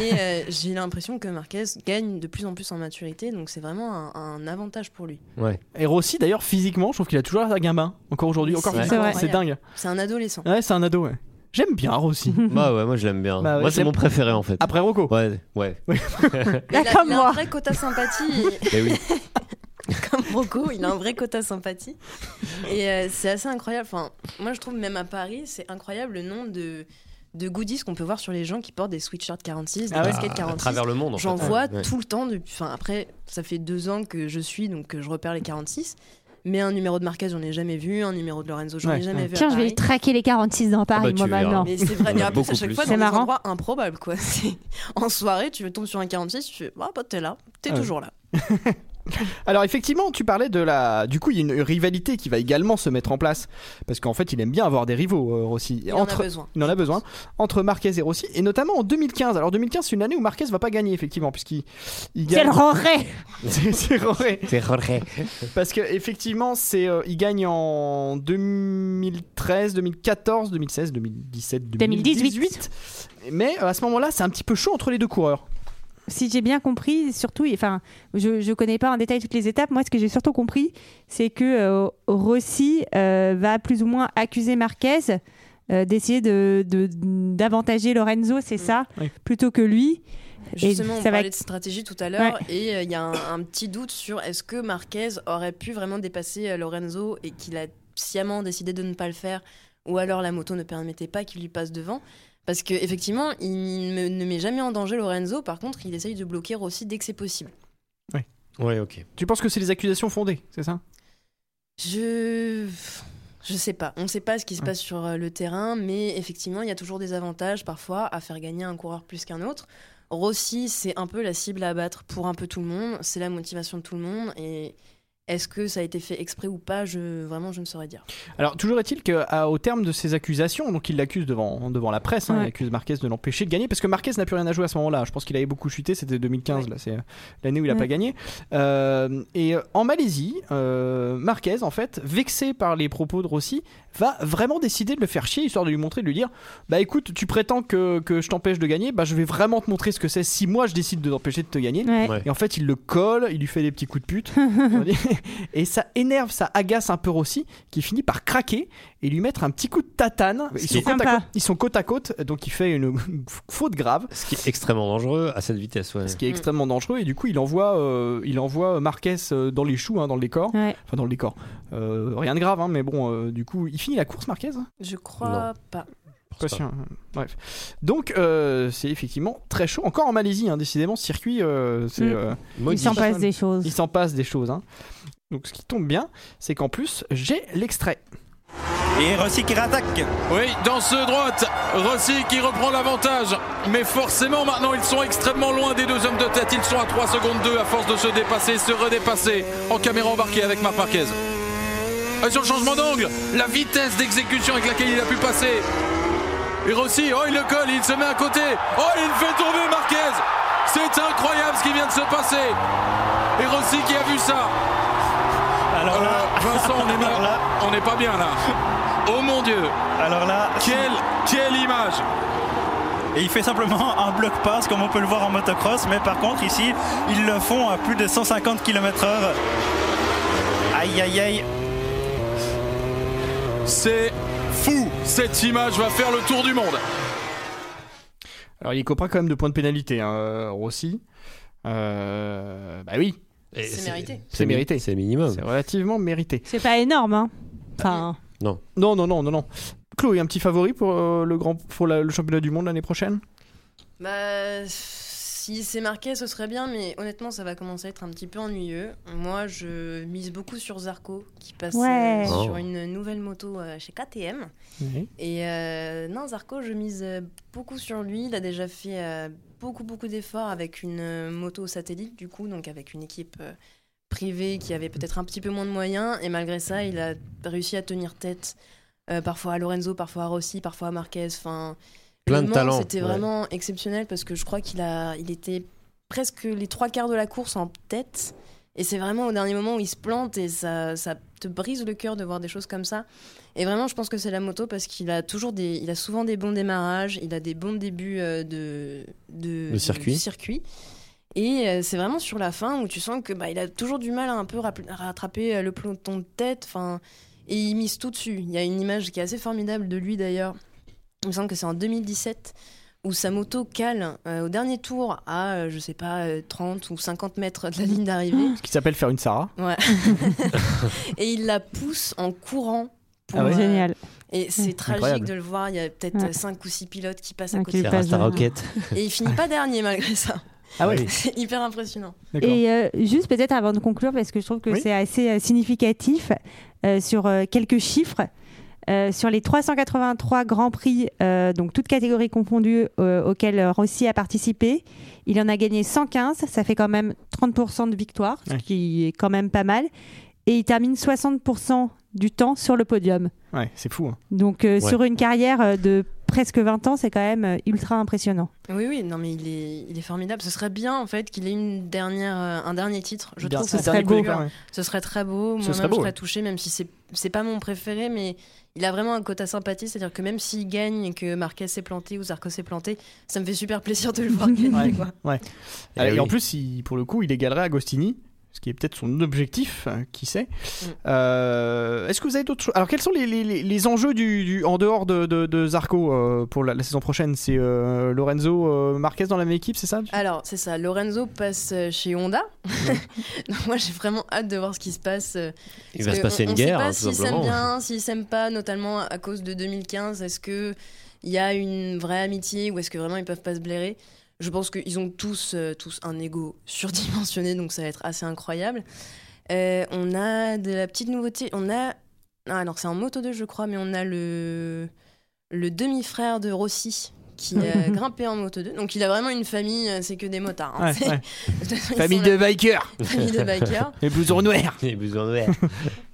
Et euh, j'ai l'impression que Marquez gagne de plus en plus en maturité, donc c'est vraiment un- un avantage pour lui. Et Rossi, d'ailleurs, physiquement, je trouve qu'il a toujours l'air d'un gamin. Encore aujourd'hui, encore C'est physiquement, vrai. c'est dingue. C'est un adolescent. Ouais, c'est un ado, ouais. J'aime bien Rossi. Mhm. Bah ouais, moi je l'aime bien. Bah ouais, moi c'est j'aime- mon préféré en fait. Après Rocco Ouais, ouais. Il a, comme il a moi. un vrai quota sympathie. Eh oui. comme Rocco, il a un vrai quota sympathie. Et euh, c'est assez incroyable. Enfin, moi, je trouve même à Paris, c'est incroyable le nombre de, de goodies qu'on peut voir sur les gens qui portent des sweatshirts 46, des Ah ouais. baskets Ah, à 46. travers le monde, en J'en fait. Ah, vois Ouais. tout le temps. Depuis... Enfin, après, ça fait deux ans que je suis, donc euh, je repère les 46. Mais un numéro de Marquez, j'en ai jamais vu. Un numéro de Lorenzo, j'en ai Ouais. jamais vu. à Tiens, je vais Paris. traquer les 46 dans Paris, tu moi verras. maintenant. Mais c'est Il y vrai, en mais a en plus, à beaucoup chaque plus. fois, dans C'est des marrant. endroits improbables, quoi. C'est- En soirée, tu tombes sur un 46, tu fais, ah, bah, t'es là, t'es Ah ouais. toujours là. Alors effectivement, tu parlais de la. Du coup, il y a une rivalité qui va également se mettre en place parce qu'en fait, il aime bien avoir des rivaux euh, Rossi. Il en a besoin. Il en a besoin entre Marquez et Rossi, et notamment en 2015. Alors 2015, c'est une année où Marquez va pas gagner effectivement puisqu'il. il Quel gagne- Roré C'est c'est Roré. C'est Jorge. Parce que effectivement, c'est euh, il gagne en 2013, 2014, 2016, 2017, 2018. 2018. Mais euh, à ce moment-là, c'est un petit peu chaud entre les deux coureurs. Si j'ai bien compris, surtout, enfin, je, je connais pas en détail toutes les étapes. Moi, ce que j'ai surtout compris, c'est que euh, Rossi euh, va plus ou moins accuser Marquez euh, d'essayer de de- d'avantager Lorenzo, c'est ça, Oui. plutôt que lui. Justement, Et ça on va parlait être- de stratégie tout à l'heure et euh, il y a un, un petit doute sur est-ce que Marquez aurait pu vraiment dépasser euh, Lorenzo et qu'il a sciemment décidé de ne pas le faire ou alors la moto ne permettait pas qu'il lui passe devant. Parce qu'effectivement, il ne, ne met jamais en danger Lorenzo, par contre, il essaye de bloquer aussi dès que c'est possible. Ouais, ok. Tu penses que c'est des accusations fondées, c'est ça Je. Je sais pas. On sait pas ce qui se passe sur euh, le terrain, mais effectivement, il y a toujours des avantages parfois à faire gagner un coureur plus qu'un autre. Rossi, c'est un peu la cible à abattre pour un peu tout le monde. C'est la motivation de tout le monde. Et est-ce que ça a été fait exprès ou pas je... Vraiment, je ne saurais dire. Alors, toujours est-il qu'au terme de ces accusations, donc il l'accuse devant, devant la presse, hein, Ouais. il accuse Marquez de l'empêcher de gagner, parce que Marquez n'a plus rien à jouer à ce moment-là. Je pense qu'il avait beaucoup chuté, c'était 2015, là, c'est euh, l'année où il n'a Ouais. pas gagné. Euh, et euh, en Malaisie, euh, Marquez, en fait, vexé par les propos de Rossi, va vraiment décider de le faire chier, histoire de lui montrer, de lui dire Bah écoute, tu prétends que, que je t'empêche de gagner, bah je vais vraiment te montrer ce que c'est si moi je décide de t'empêcher de te gagner. Ouais. Ouais. Et en fait, il le colle, il lui fait des petits coups de pute. on va dire. et ça énerve, ça agace un peu Rossi, qui finit par craquer et lui mettre un petit coup de tatane. Ce Ils qui sont, est côte à sympa. côte, ils sont côte à côte, donc il fait une faute grave. Ce qui est extrêmement dangereux à cette vitesse. Ouais. Ce qui est extrêmement dangereux et du coup il envoie euh, il envoie Marquez euh, dans les choux hein, dans le décor Ouais. enfin dans le décor Euh, rien de grave hein, mais bon euh, du coup il finit la course Marquez Je crois pas. pas sûr, hein. Bref. Donc, euh, c'est effectivement très chaud. Encore en Malaisie, hein, décidément, ce circuit, euh, c'est. Mm. euh, Il maudit. s'en passe des choses. Il s'en passe des choses. hein. Donc, ce qui tombe bien, c'est qu'en plus, j'ai l'extrait. Et Rossi qui réattaque. Oui, dans ce droite, Rossi qui reprend l'avantage. Mais forcément, maintenant, ils sont extrêmement loin des deux hommes de tête. Ils sont à 3 secondes 2 à force de se dépasser, se redépasser en caméra embarquée avec Marc Marquez. Et sur le changement d'angle, la vitesse d'exécution avec laquelle il a pu passer. Et Rossi, oh, il le colle, il se met à côté. Oh, il fait tomber Marquez. C'est incroyable ce qui vient de se passer. Et Rossi qui a vu ça. Alors là, Vincent, on est mal- on n'est pas bien là. Oh mon Dieu. Alors là, quelle, quelle image. Et il fait simplement un bloc pass comme on peut le voir en motocross, mais par contre ici ils le font à plus de 150 km/h. Aïe aïe aïe. C'est fou. Cette image va faire le tour du monde. Alors, il est copain quand même de points de pénalité, hein, euh, Rossi. Euh, bah oui. Et C'est c'est- mérité. C'est mérité. C'est minimum. C'est relativement mérité. C'est pas énorme, hein. Enfin, Non. Non, non, non, non, non. Chloé, un petit favori pour, euh, le, grand, pour la- le championnat du monde l'année prochaine Bah, si c'est marqué, ce serait bien, mais honnêtement, ça va commencer à être un petit peu ennuyeux. Moi, je mise beaucoup sur Zarco, qui passe euh, Ouais. sur Oh. une nouvelle moto euh, chez KTM. Oui. Et euh, non, Zarco, je mise euh, beaucoup sur lui. Il a déjà fait euh, beaucoup, beaucoup d'efforts avec une euh, moto satellite, du coup, donc avec une équipe euh, privée qui avait peut-être un petit peu moins de moyens. Et malgré ça, il a réussi à tenir tête euh, parfois à Lorenzo, parfois à Rossi, parfois à Marquez. Enfin, Plein de honnêtement, talent, C'était ouais. vraiment exceptionnel parce que je crois qu'il a, il était presque les trois quarts de la course en tête. Et c'est vraiment au dernier moment où il se plante et ça, ça te brise le cœur de voir des choses comme ça. Et vraiment, je pense que c'est la moto parce qu'il a toujours des, il a souvent des bons démarrages, il a des bons débuts euh, de, de, Le circuit. de circuit. Et euh, c'est vraiment sur la fin où tu sens que bah, il a toujours du mal à un peu rapp- rattraper euh, le peloton de tête. Enfin, et il mise tout dessus. Il y a une image qui est assez formidable de lui d'ailleurs. Il me semble que c'est en 2017 où sa moto cale euh, au dernier tour à, euh, je sais pas, euh, 30 ou 50 mètres de la ligne d'arrivée. Ce qui s'appelle faire une Sarah. Ouais. et il la pousse en courant. pour, Ah ouais euh, Génial. Et c'est Ouais. tragique Incroyable. de le voir. Il y a peut-être Ouais. 5 ou 6 pilotes qui passent à Ah, qui côté. lui C'est passent Rasta devant. Rocket. Et il finit pas dernier malgré ça. Ah ouais. C'est hyper impressionnant. Et euh, juste peut-être avant de conclure, parce que je trouve que Oui. c'est assez euh, significatif euh, sur euh, quelques chiffres. Euh, sur les 383 grands prix, euh, donc toutes catégories confondues euh, auxquels euh, Rossi a participé, il en a gagné 115, ça fait quand même 30% de victoire, ce Ouais. qui est quand même pas mal. Et il termine 60% du temps sur le podium. Ouais, c'est fou. hein. Donc euh, Ouais. sur une carrière euh, de presque 20 ans, c'est quand même euh, ultra impressionnant. Oui, oui, non, mais il est, il est formidable. Ce serait bien, en fait, qu'il ait une dernière, euh, un dernier titre. Je Bien, trouve c'est que le ce serait dernier beau. coup de cœur, ouais. Ce serait très beau. Ce Moi-même, serait beau, je serais ouais. touchée, même si c'est, c'est pas mon préféré, mais il a vraiment un quota sympathie. C'est-à-dire que même s'il gagne et que Marquez s'est planté ou Zarco s'est planté, ça me fait super plaisir de le voir gagner. quoi. Ouais. Et Et, oui. en plus, il- pour le coup, il égalerait Agostini. ce qui est peut-être son objectif, hein, qui sait. Mm. Euh, Est-ce que vous avez d'autres choses Alors, quels sont les, les- les- les enjeux du, du- en dehors de, de- de Zarco euh, pour la, la saison prochaine C'est euh, Lorenzo euh, Marquez dans la même équipe, c'est ça Ah, Alors, c'est ça, Lorenzo passe euh, chez Honda. Donc, moi, j'ai vraiment hâte de voir ce qui se passe. euh, Il va parce se que passer on- une on sait guerre, pas hein, tout s'ils s'aiment simplement. bien, s'ils s'aiment pas, notamment à cause de 2015. Est-ce que il y a une vraie amitié ou est-ce que vraiment ils peuvent pas se blairer Je pense qu'ils ont tous, euh, tous un ego surdimensionné, donc ça va être assez incroyable. Euh, on a de la petite nouveauté. On a. Ah, alors, c'est en moto 2, je crois, mais on a le, le demi-frère de Rossi qui a grimpé en moto 2. Donc, il a vraiment une famille, euh, c'est que des motards. hein. Ouais, C'est- ouais. Ils sont Famille là- de bikers Famille de bikers. Les blousons noirs Les blousons noirs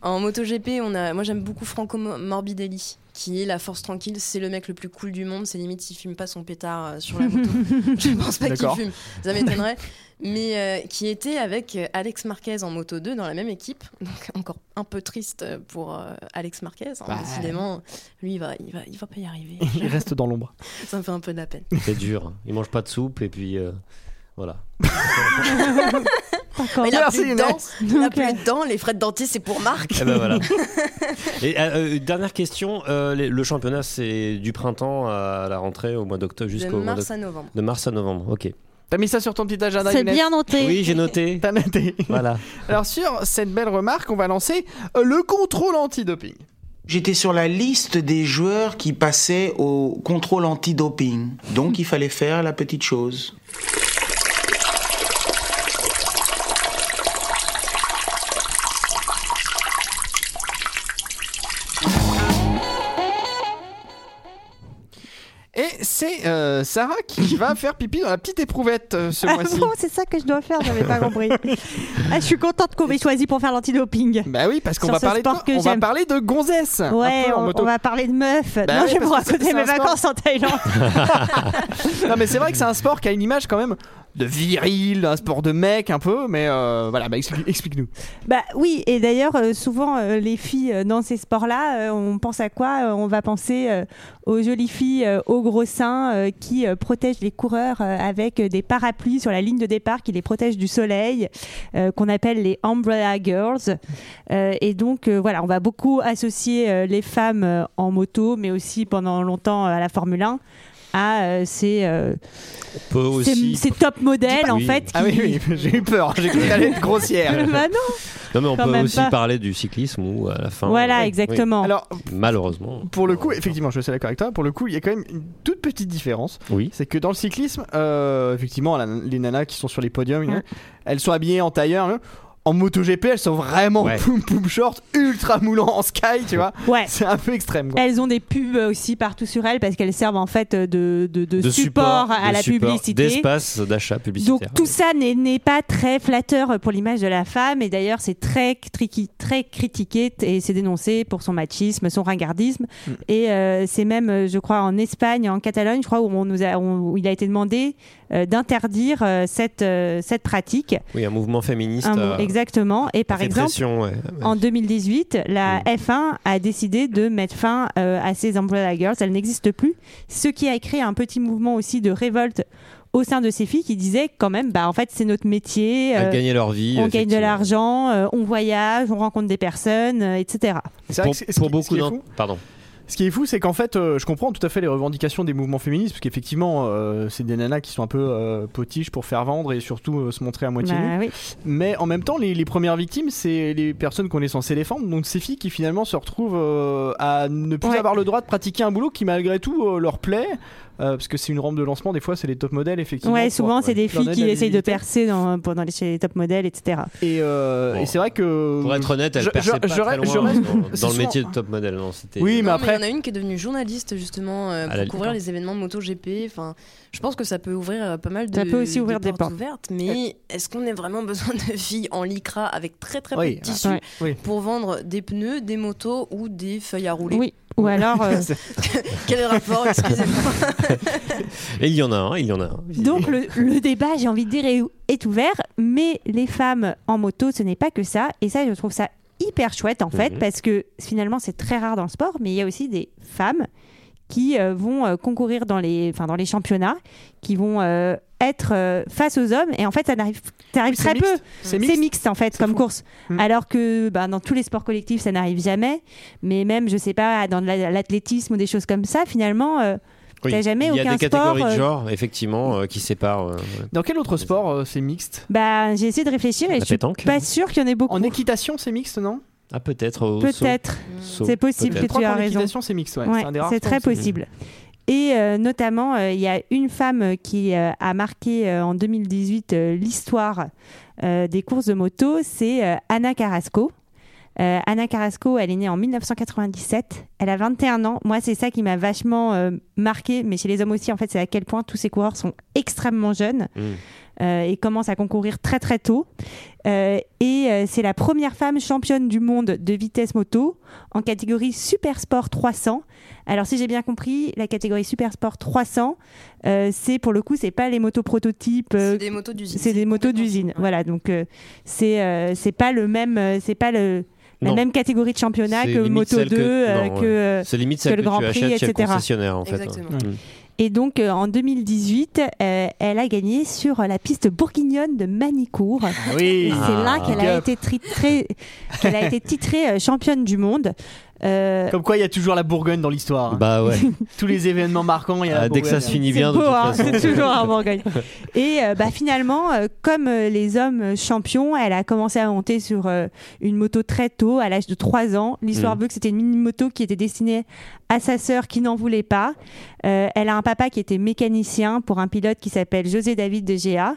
En MotoGP, on a, moi j'aime beaucoup Franco Mo- Morbidelli, qui est la force tranquille. C'est le mec le plus cool du monde. C'est limite il fume pas son pétard euh, sur la moto. Je pense pas qu'il D'accord. fume. Ça m'étonnerait. Mais euh, qui était avec euh, Alex Marquez en moto 2 dans la même équipe. Donc encore un peu triste euh, pour euh, Alex Marquez. hein. Bah. Décidément, lui il va, il va, il va pas y arriver. Il reste dans l'ombre. Ça me fait un peu de la peine. C'est dur. Il mange pas de soupe et puis euh, voilà. Mais il a Merci, plus de dents. Il a euh, plus de dents. Les frais de dentiste c'est pour Marc. Eh ben voilà. Et euh, euh, dernière question, euh, les- le championnat c'est du printemps à la rentrée au mois d'octobre jusqu'au mois mars d'oct- à novembre. De mars à novembre, ok. T'as mis ça sur ton petit agenda C'est Younes bien noté. Oui, j'ai noté. T'as noté. Voilà. Alors, sur cette belle remarque, on va lancer euh, le contrôle anti-doping. J'étais sur la liste des joueurs qui passaient au contrôle anti-doping. Donc il fallait faire la petite chose. Et c'est euh, Sarah qui va faire pipi dans la petite éprouvette euh, ce Ah mois-ci. bon, c'est ça que je dois faire, j'avais pas compris. Ah, je suis contente qu'on m'ait choisi pour faire l'antidoping. Bah oui, parce qu'on Sur va ce parler, de, sport quoi que on va j'aime. parler de gonzesse. un Ouais, peu en on, moto. on va parler de meufs. Bah non, oui, je vais vous parce que raconter c'est mes un sport. vacances en Thaïlande. non mais c'est vrai que c'est un sport qui a une image quand même de viril, un sport de mec un peu, mais euh, voilà, bah explique- explique-nous. Bah oui, et d'ailleurs, euh, souvent, euh, les filles euh, dans ces sports-là, euh, on pense à quoi Euh, On va penser euh, aux jolies filles euh, aux gros seins euh, qui euh, protègent les coureurs euh, avec euh, des parapluies sur la ligne de départ qui les protègent du soleil, euh, qu'on appelle les Umbrella Girls. Euh, et donc, euh, voilà, on va beaucoup associer euh, les femmes euh, en moto, mais aussi pendant longtemps euh, à la Formule 1 à euh, ces, euh, On peut ces- aussi. ces top modèles en Oui. fait Ah oui, oui, j'ai eu peur, j'ai cru qu'elle allait être grossière. Bah non. Non mais on Quand peut même aussi pas. parler du cyclisme ou à la fin. Voilà, Oui. exactement. Alors, Malheureusement. Pour le coup, effectivement, je suis d'accord avec toi. Pour le coup, il y a quand même une toute petite différence. Oui. C'est que dans le cyclisme, euh, effectivement, la- les nanas qui sont sur les podiums, hein, elles sont habillées en tailleur. hein. En MotoGP, elles sont vraiment Ouais. poum poum short, ultra moulant en sky, tu vois. Ouais. C'est un peu extrême. quoi. Elles ont des pubs aussi partout sur elles parce qu'elles servent en fait de, de, de De support, à de la support, publicité. D'espace d'achat Donc publicitaire. tout ça n'est n'est pas très flatteur pour l'image de la femme et d'ailleurs c'est très, tricky- très critiqué t- et c'est dénoncé pour son machisme, son ringardisme Mm. et euh, c'est même euh, je crois en Espagne, en Catalogne, je crois où, on nous a, où il a été demandé euh, d'interdire euh, cette, euh, cette pratique. Oui, un mouvement féministe. Un mot- euh, exactement. Et par fait exemple, pression, ouais. en 2018, la F1 a décidé de mettre fin euh, à ces Umbrella Girls. Elles n'existent plus. Ce qui a créé un petit mouvement aussi de révolte au sein de ces filles qui disaient quand même, bah en fait c'est notre métier. euh, Elles gagnaient leur vie, On gagne de effectivement. l'argent, euh, on voyage, on rencontre des personnes, euh, etc. C'est vrai que c'est- ce qui- ce qui est d'en- fou, Pardon. Ce qui est fou, c'est qu'en fait, euh, je comprends tout à fait les revendications des mouvements féministes, parce qu'effectivement, euh, c'est des nanas qui sont un peu euh, potiches pour faire vendre et surtout euh, se montrer à moitié Bah nues. oui. Mais en même temps, les, les premières victimes, c'est les personnes qu'on est censé défendre, donc ces filles qui finalement se retrouvent euh, à ne plus avoir le droit de pratiquer un boulot qui malgré tout euh, leur plaît, euh, parce que c'est une rampe de lancement, des fois c'est les top modèles, effectivement. Ouais, pour- souvent c'est des pour filles leur qui donner de la essayent de visibilité. percer dans, pendant les, chez les top modèles, etc. Et, euh, et c'est vrai que. Pour être honnête, elle Je- perçait je- pas je très reste- loin je reste- dans, dans c'est le souvent- métier de top model. Non, c'était- Oui, mais Non, après. Il y en a une qui est devenue journaliste justement euh, À la pour limite, couvrir hein. les événements MotoGP. Enfin, je pense que ça peut ouvrir euh, pas mal de, Ça peut aussi ouvrir des portes, portes. Euh. ouvertes. Mais est-ce qu'on a vraiment besoin de filles en lycra avec très très Oui, peu de tissu ouais. Oui. pour vendre des pneus, des motos ou des feuilles à rouler Oui. Ou alors. euh, Quel est le rapport Excusez-moi. Et il y en a un, il y en a un. Donc le, le débat, j'ai envie de dire, est, est ouvert, mais les femmes en moto, ce n'est pas que ça. Et ça, je trouve ça hyper chouette en fait, Mhm. parce que finalement, c'est très rare dans le sport, mais il y a aussi des femmes qui euh, vont euh, concourir dans les, enfin, dans les championnats, qui vont euh, être euh, face aux hommes et en fait ça n'arrive ça arrive Ah, très peu c'est mixte. en fait comme course alors que bah, dans tous les sports collectifs ça n'arrive jamais mais même je sais pas dans de la- l'athlétisme ou des choses comme ça finalement euh, Oui, t'as jamais Il y a aucun des sport catégories de euh, genre, effectivement, euh, qui séparent. euh, ouais. Dans quel autre sport euh, c'est mixte bah j'ai essayé de réfléchir et La je suis pétanque. pas sûr qu'il y en ait beaucoup En équitation, c'est mixte, non Ah, peut-être. au saut. Peut-être. Saut, C'est possible peut-être. que tu as qu'en raison. équitation, c'est mixte, ouais. C'est un des rares c'est sports très où c'est possible. Et euh, notamment, euh, il y a une femme euh, qui euh, a marqué euh, en 2018 euh, l'histoire euh, des courses de moto, c'est euh, Anna Carrasco. Euh, Anna Carrasco, elle est née en 1997, elle a 21 ans. Moi, c'est ça qui m'a vachement marqué, mais chez les hommes aussi, en fait, c'est à quel point tous ces coureurs sont extrêmement jeunes Mm. euh, et commence à concourir très très tôt. Euh, et euh, c'est la première femme championne du monde de vitesse moto en catégorie Super Sport 300. Alors si j'ai bien compris, la catégorie Super Sport 300, euh, c'est pour le coup, c'est pas les motos prototypes. euh, C'est des motos d'usine. C'est des motos d'usine. Voilà, donc euh, c'est euh, c'est pas le même, euh, c'est pas le la Non. même catégorie de championnat C'est que limite Moto 2, celle que- euh, non, que, ouais. euh, C'est limite que celle le que tu Grand Prix, achètes chez le etc. concessionnaire, en fait. Exactement. Mm. Et donc euh, en 2018, euh, elle a gagné sur euh, la piste bourguignonne de Manicourt. oui. Et c'est là Ah. qu'elle a, été tri- très- qu'elle a été titrée euh, championne du monde. Euh, Ah. Comme quoi, il y a toujours la Bourgogne dans l'histoire. hein. Bah ouais. Tous les événements marquants, il y a la Ah, dès que ça Bourgogne. se finit bien, de beau, toute hein, façon. c'est toujours un Bourgogne. Et euh, bah, finalement, euh, comme euh, les hommes champions, elle a commencé à monter sur euh, une moto très tôt, à l'âge de 3 ans. L'histoire Mmh. Mhm. veut que c'était une mini-moto qui était destinée à sa sœur qui n'en voulait pas. Euh, elle a un papa qui était mécanicien pour un pilote qui s'appelle José David de GA.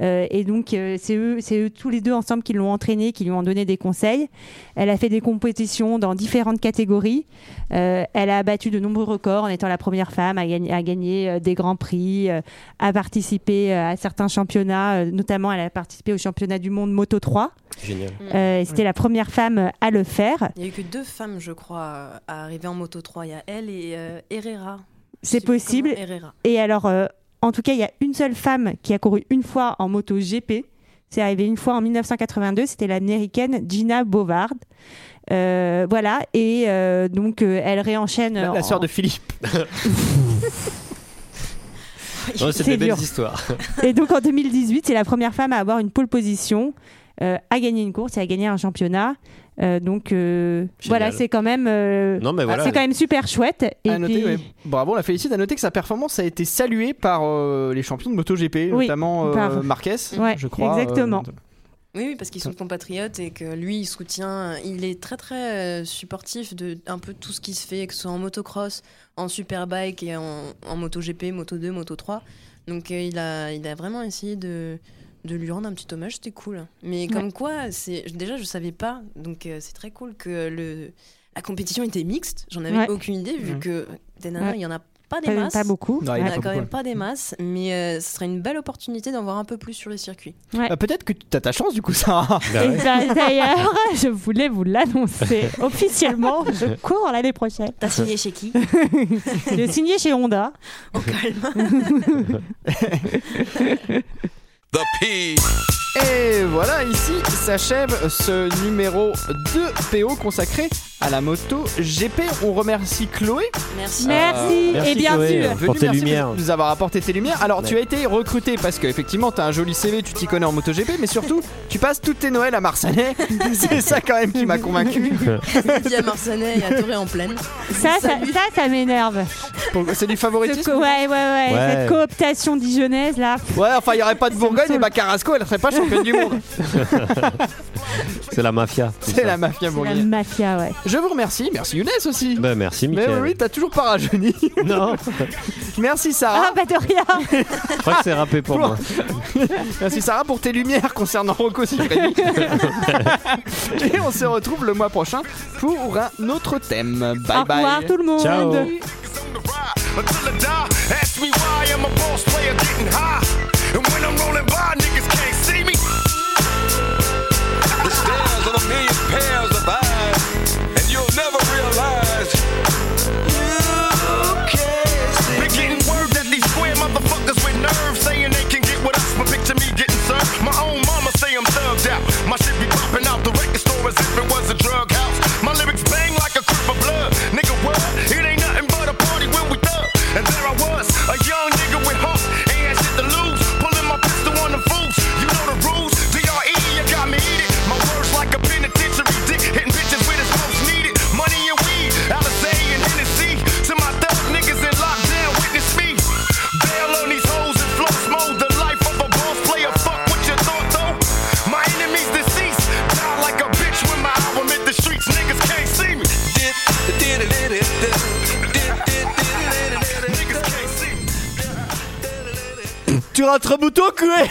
Euh, et donc, euh, c'est eux, c'est eux tous les deux ensemble qui l'ont entraînée, qui lui ont donné des conseils. Elle a fait des compétitions dans différentes catégories. Euh, elle a battu de nombreux records en étant la première femme à gagner, à gagner euh, des grands prix, euh, à participer euh, à certains championnats, euh, notamment elle a participé au championnat du monde Moto 3. Génial. Euh, et C'était la première femme euh, à le faire. Il y a eu que deux femmes, je crois, euh, à arriver en moto 3. Il y a elle et euh, Herrera. C'est possible. comment, Herrera. Et alors, euh, en tout cas, il y a une seule femme qui a couru une fois en moto GP. C'est arrivé une fois en 1982. C'était l'américaine Gina Bovard. Euh, voilà. Et euh, donc, euh, elle réenchaîne. La, la en- sœur de Philippe. Ouais, c'est des C'est belles dur. histoires. Et donc en 2018, c'est la première femme à avoir une pole position, euh, à gagner une course et à gagner un championnat. Euh, donc euh, voilà, c'est quand même, euh, Non, mais voilà. c'est quand même super chouette. Et À noter, puis- ouais. Bravo, on la félicite. À noter que sa performance a été saluée par euh, les champions de MotoGP, Oui, notamment euh, par- Marquez, Ouais, je crois. euh, exactement. Oui, oui, parce qu'ils sont compatriotes et que lui, il soutient. Il est très, très euh, supportif de un peu tout ce qui se fait, que ce soit en motocross, en superbike et en, en moto GP, moto 2, moto 3. Donc euh, il, a, il a vraiment essayé de, de lui rendre un petit hommage, c'était cool. Ouais. Mais comme quoi, c'est déjà, je savais pas. Donc euh, c'est très cool que le, la compétition était mixte. J'en avais Ouais. aucune idée, vu Mhm. que des nanas, Ouais. il y en a pas des Pas- masses. pas beaucoup. Il Non, y il y en en a a pas quand beaucoup, même ouais. pas des masses, mais euh, ce serait une belle opportunité d'en voir un peu plus sur les circuits. Bah, Peut-être que tu as ta chance du coup, ça. Et d'a- d'ailleurs, je voulais vous l'annoncer officiellement. Je cours l'année prochaine. T'as signé chez qui J'ai signé chez Honda. Ah, Et voilà, ici s'achève ce numéro 2 PO consacré à la moto GP. On remercie Chloé. Merci. Merci, Euh, et bien Chloé, euh, sûr. pour venue, tes merci lumières. de nous avoir apporté tes lumières. Alors, tu Ouais. as été recruté parce qu'effectivement, tu as un joli CV, tu t'y connais en moto GP, mais surtout, tu passes toutes tes Noëls à Marsanais. C'est ça quand même qui m'a convaincu. Il y a Marsanais et à Toré en pleine. Ça, ça, ça, ça m'énerve. Pourquoi- C'est du Ce favoritisme co- ouais, ouais, ouais, Ouais. Cette cooptation dijonnaise là. Ouais, enfin, il n'y aurait pas de Bourgogne et bah Carrasco, elle serait pas championne du monde. c'est la mafia. C'est la mafia La bourguignonne. mafia, ouais. Je vous remercie. Merci Younes aussi. Bah, merci, Mais Michel. oui, oui, t'as toujours pas rajeuni. Non, Merci Sarah. Ah, bah de rien. je crois que c'est râpé pour moi. Merci Sarah pour tes lumières concernant Rocco Siffredi. Et on se retrouve le mois prochain pour un autre thème. Bye Au bye. revoir tout le monde. Until I die, ask me why I'm a boss player getting high. And when I'm rolling by, niggas can't see me. The stairs of a million pairs of eyes, and you'll never realize. Been getting word that these square motherfuckers with nerve saying they can get with us, but picture me getting served. My own mama say I'm thugged out. My shit be popping out the record store as if it was a drug house. My lyrics bang like a crip of blood. Nigga, what? It ain't nothing but a party when we thug. And there I was, a young nigga with heart. Ain't had shit to lose. Tu rentres au bouton, coué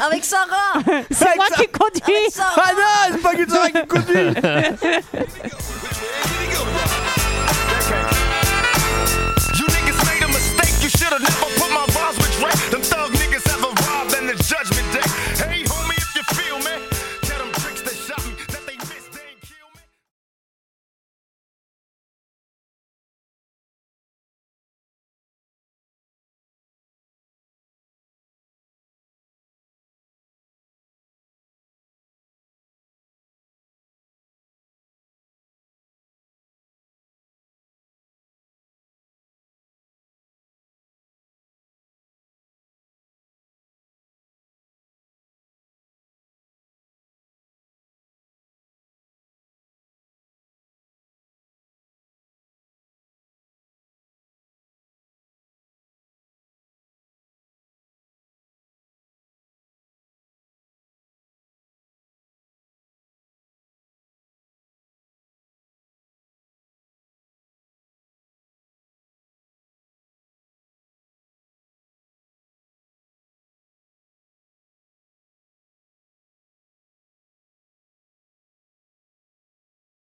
Avec Sarah C'est moi qui conduis Avec Sarah Ah non, c'est pas que ça qui conduit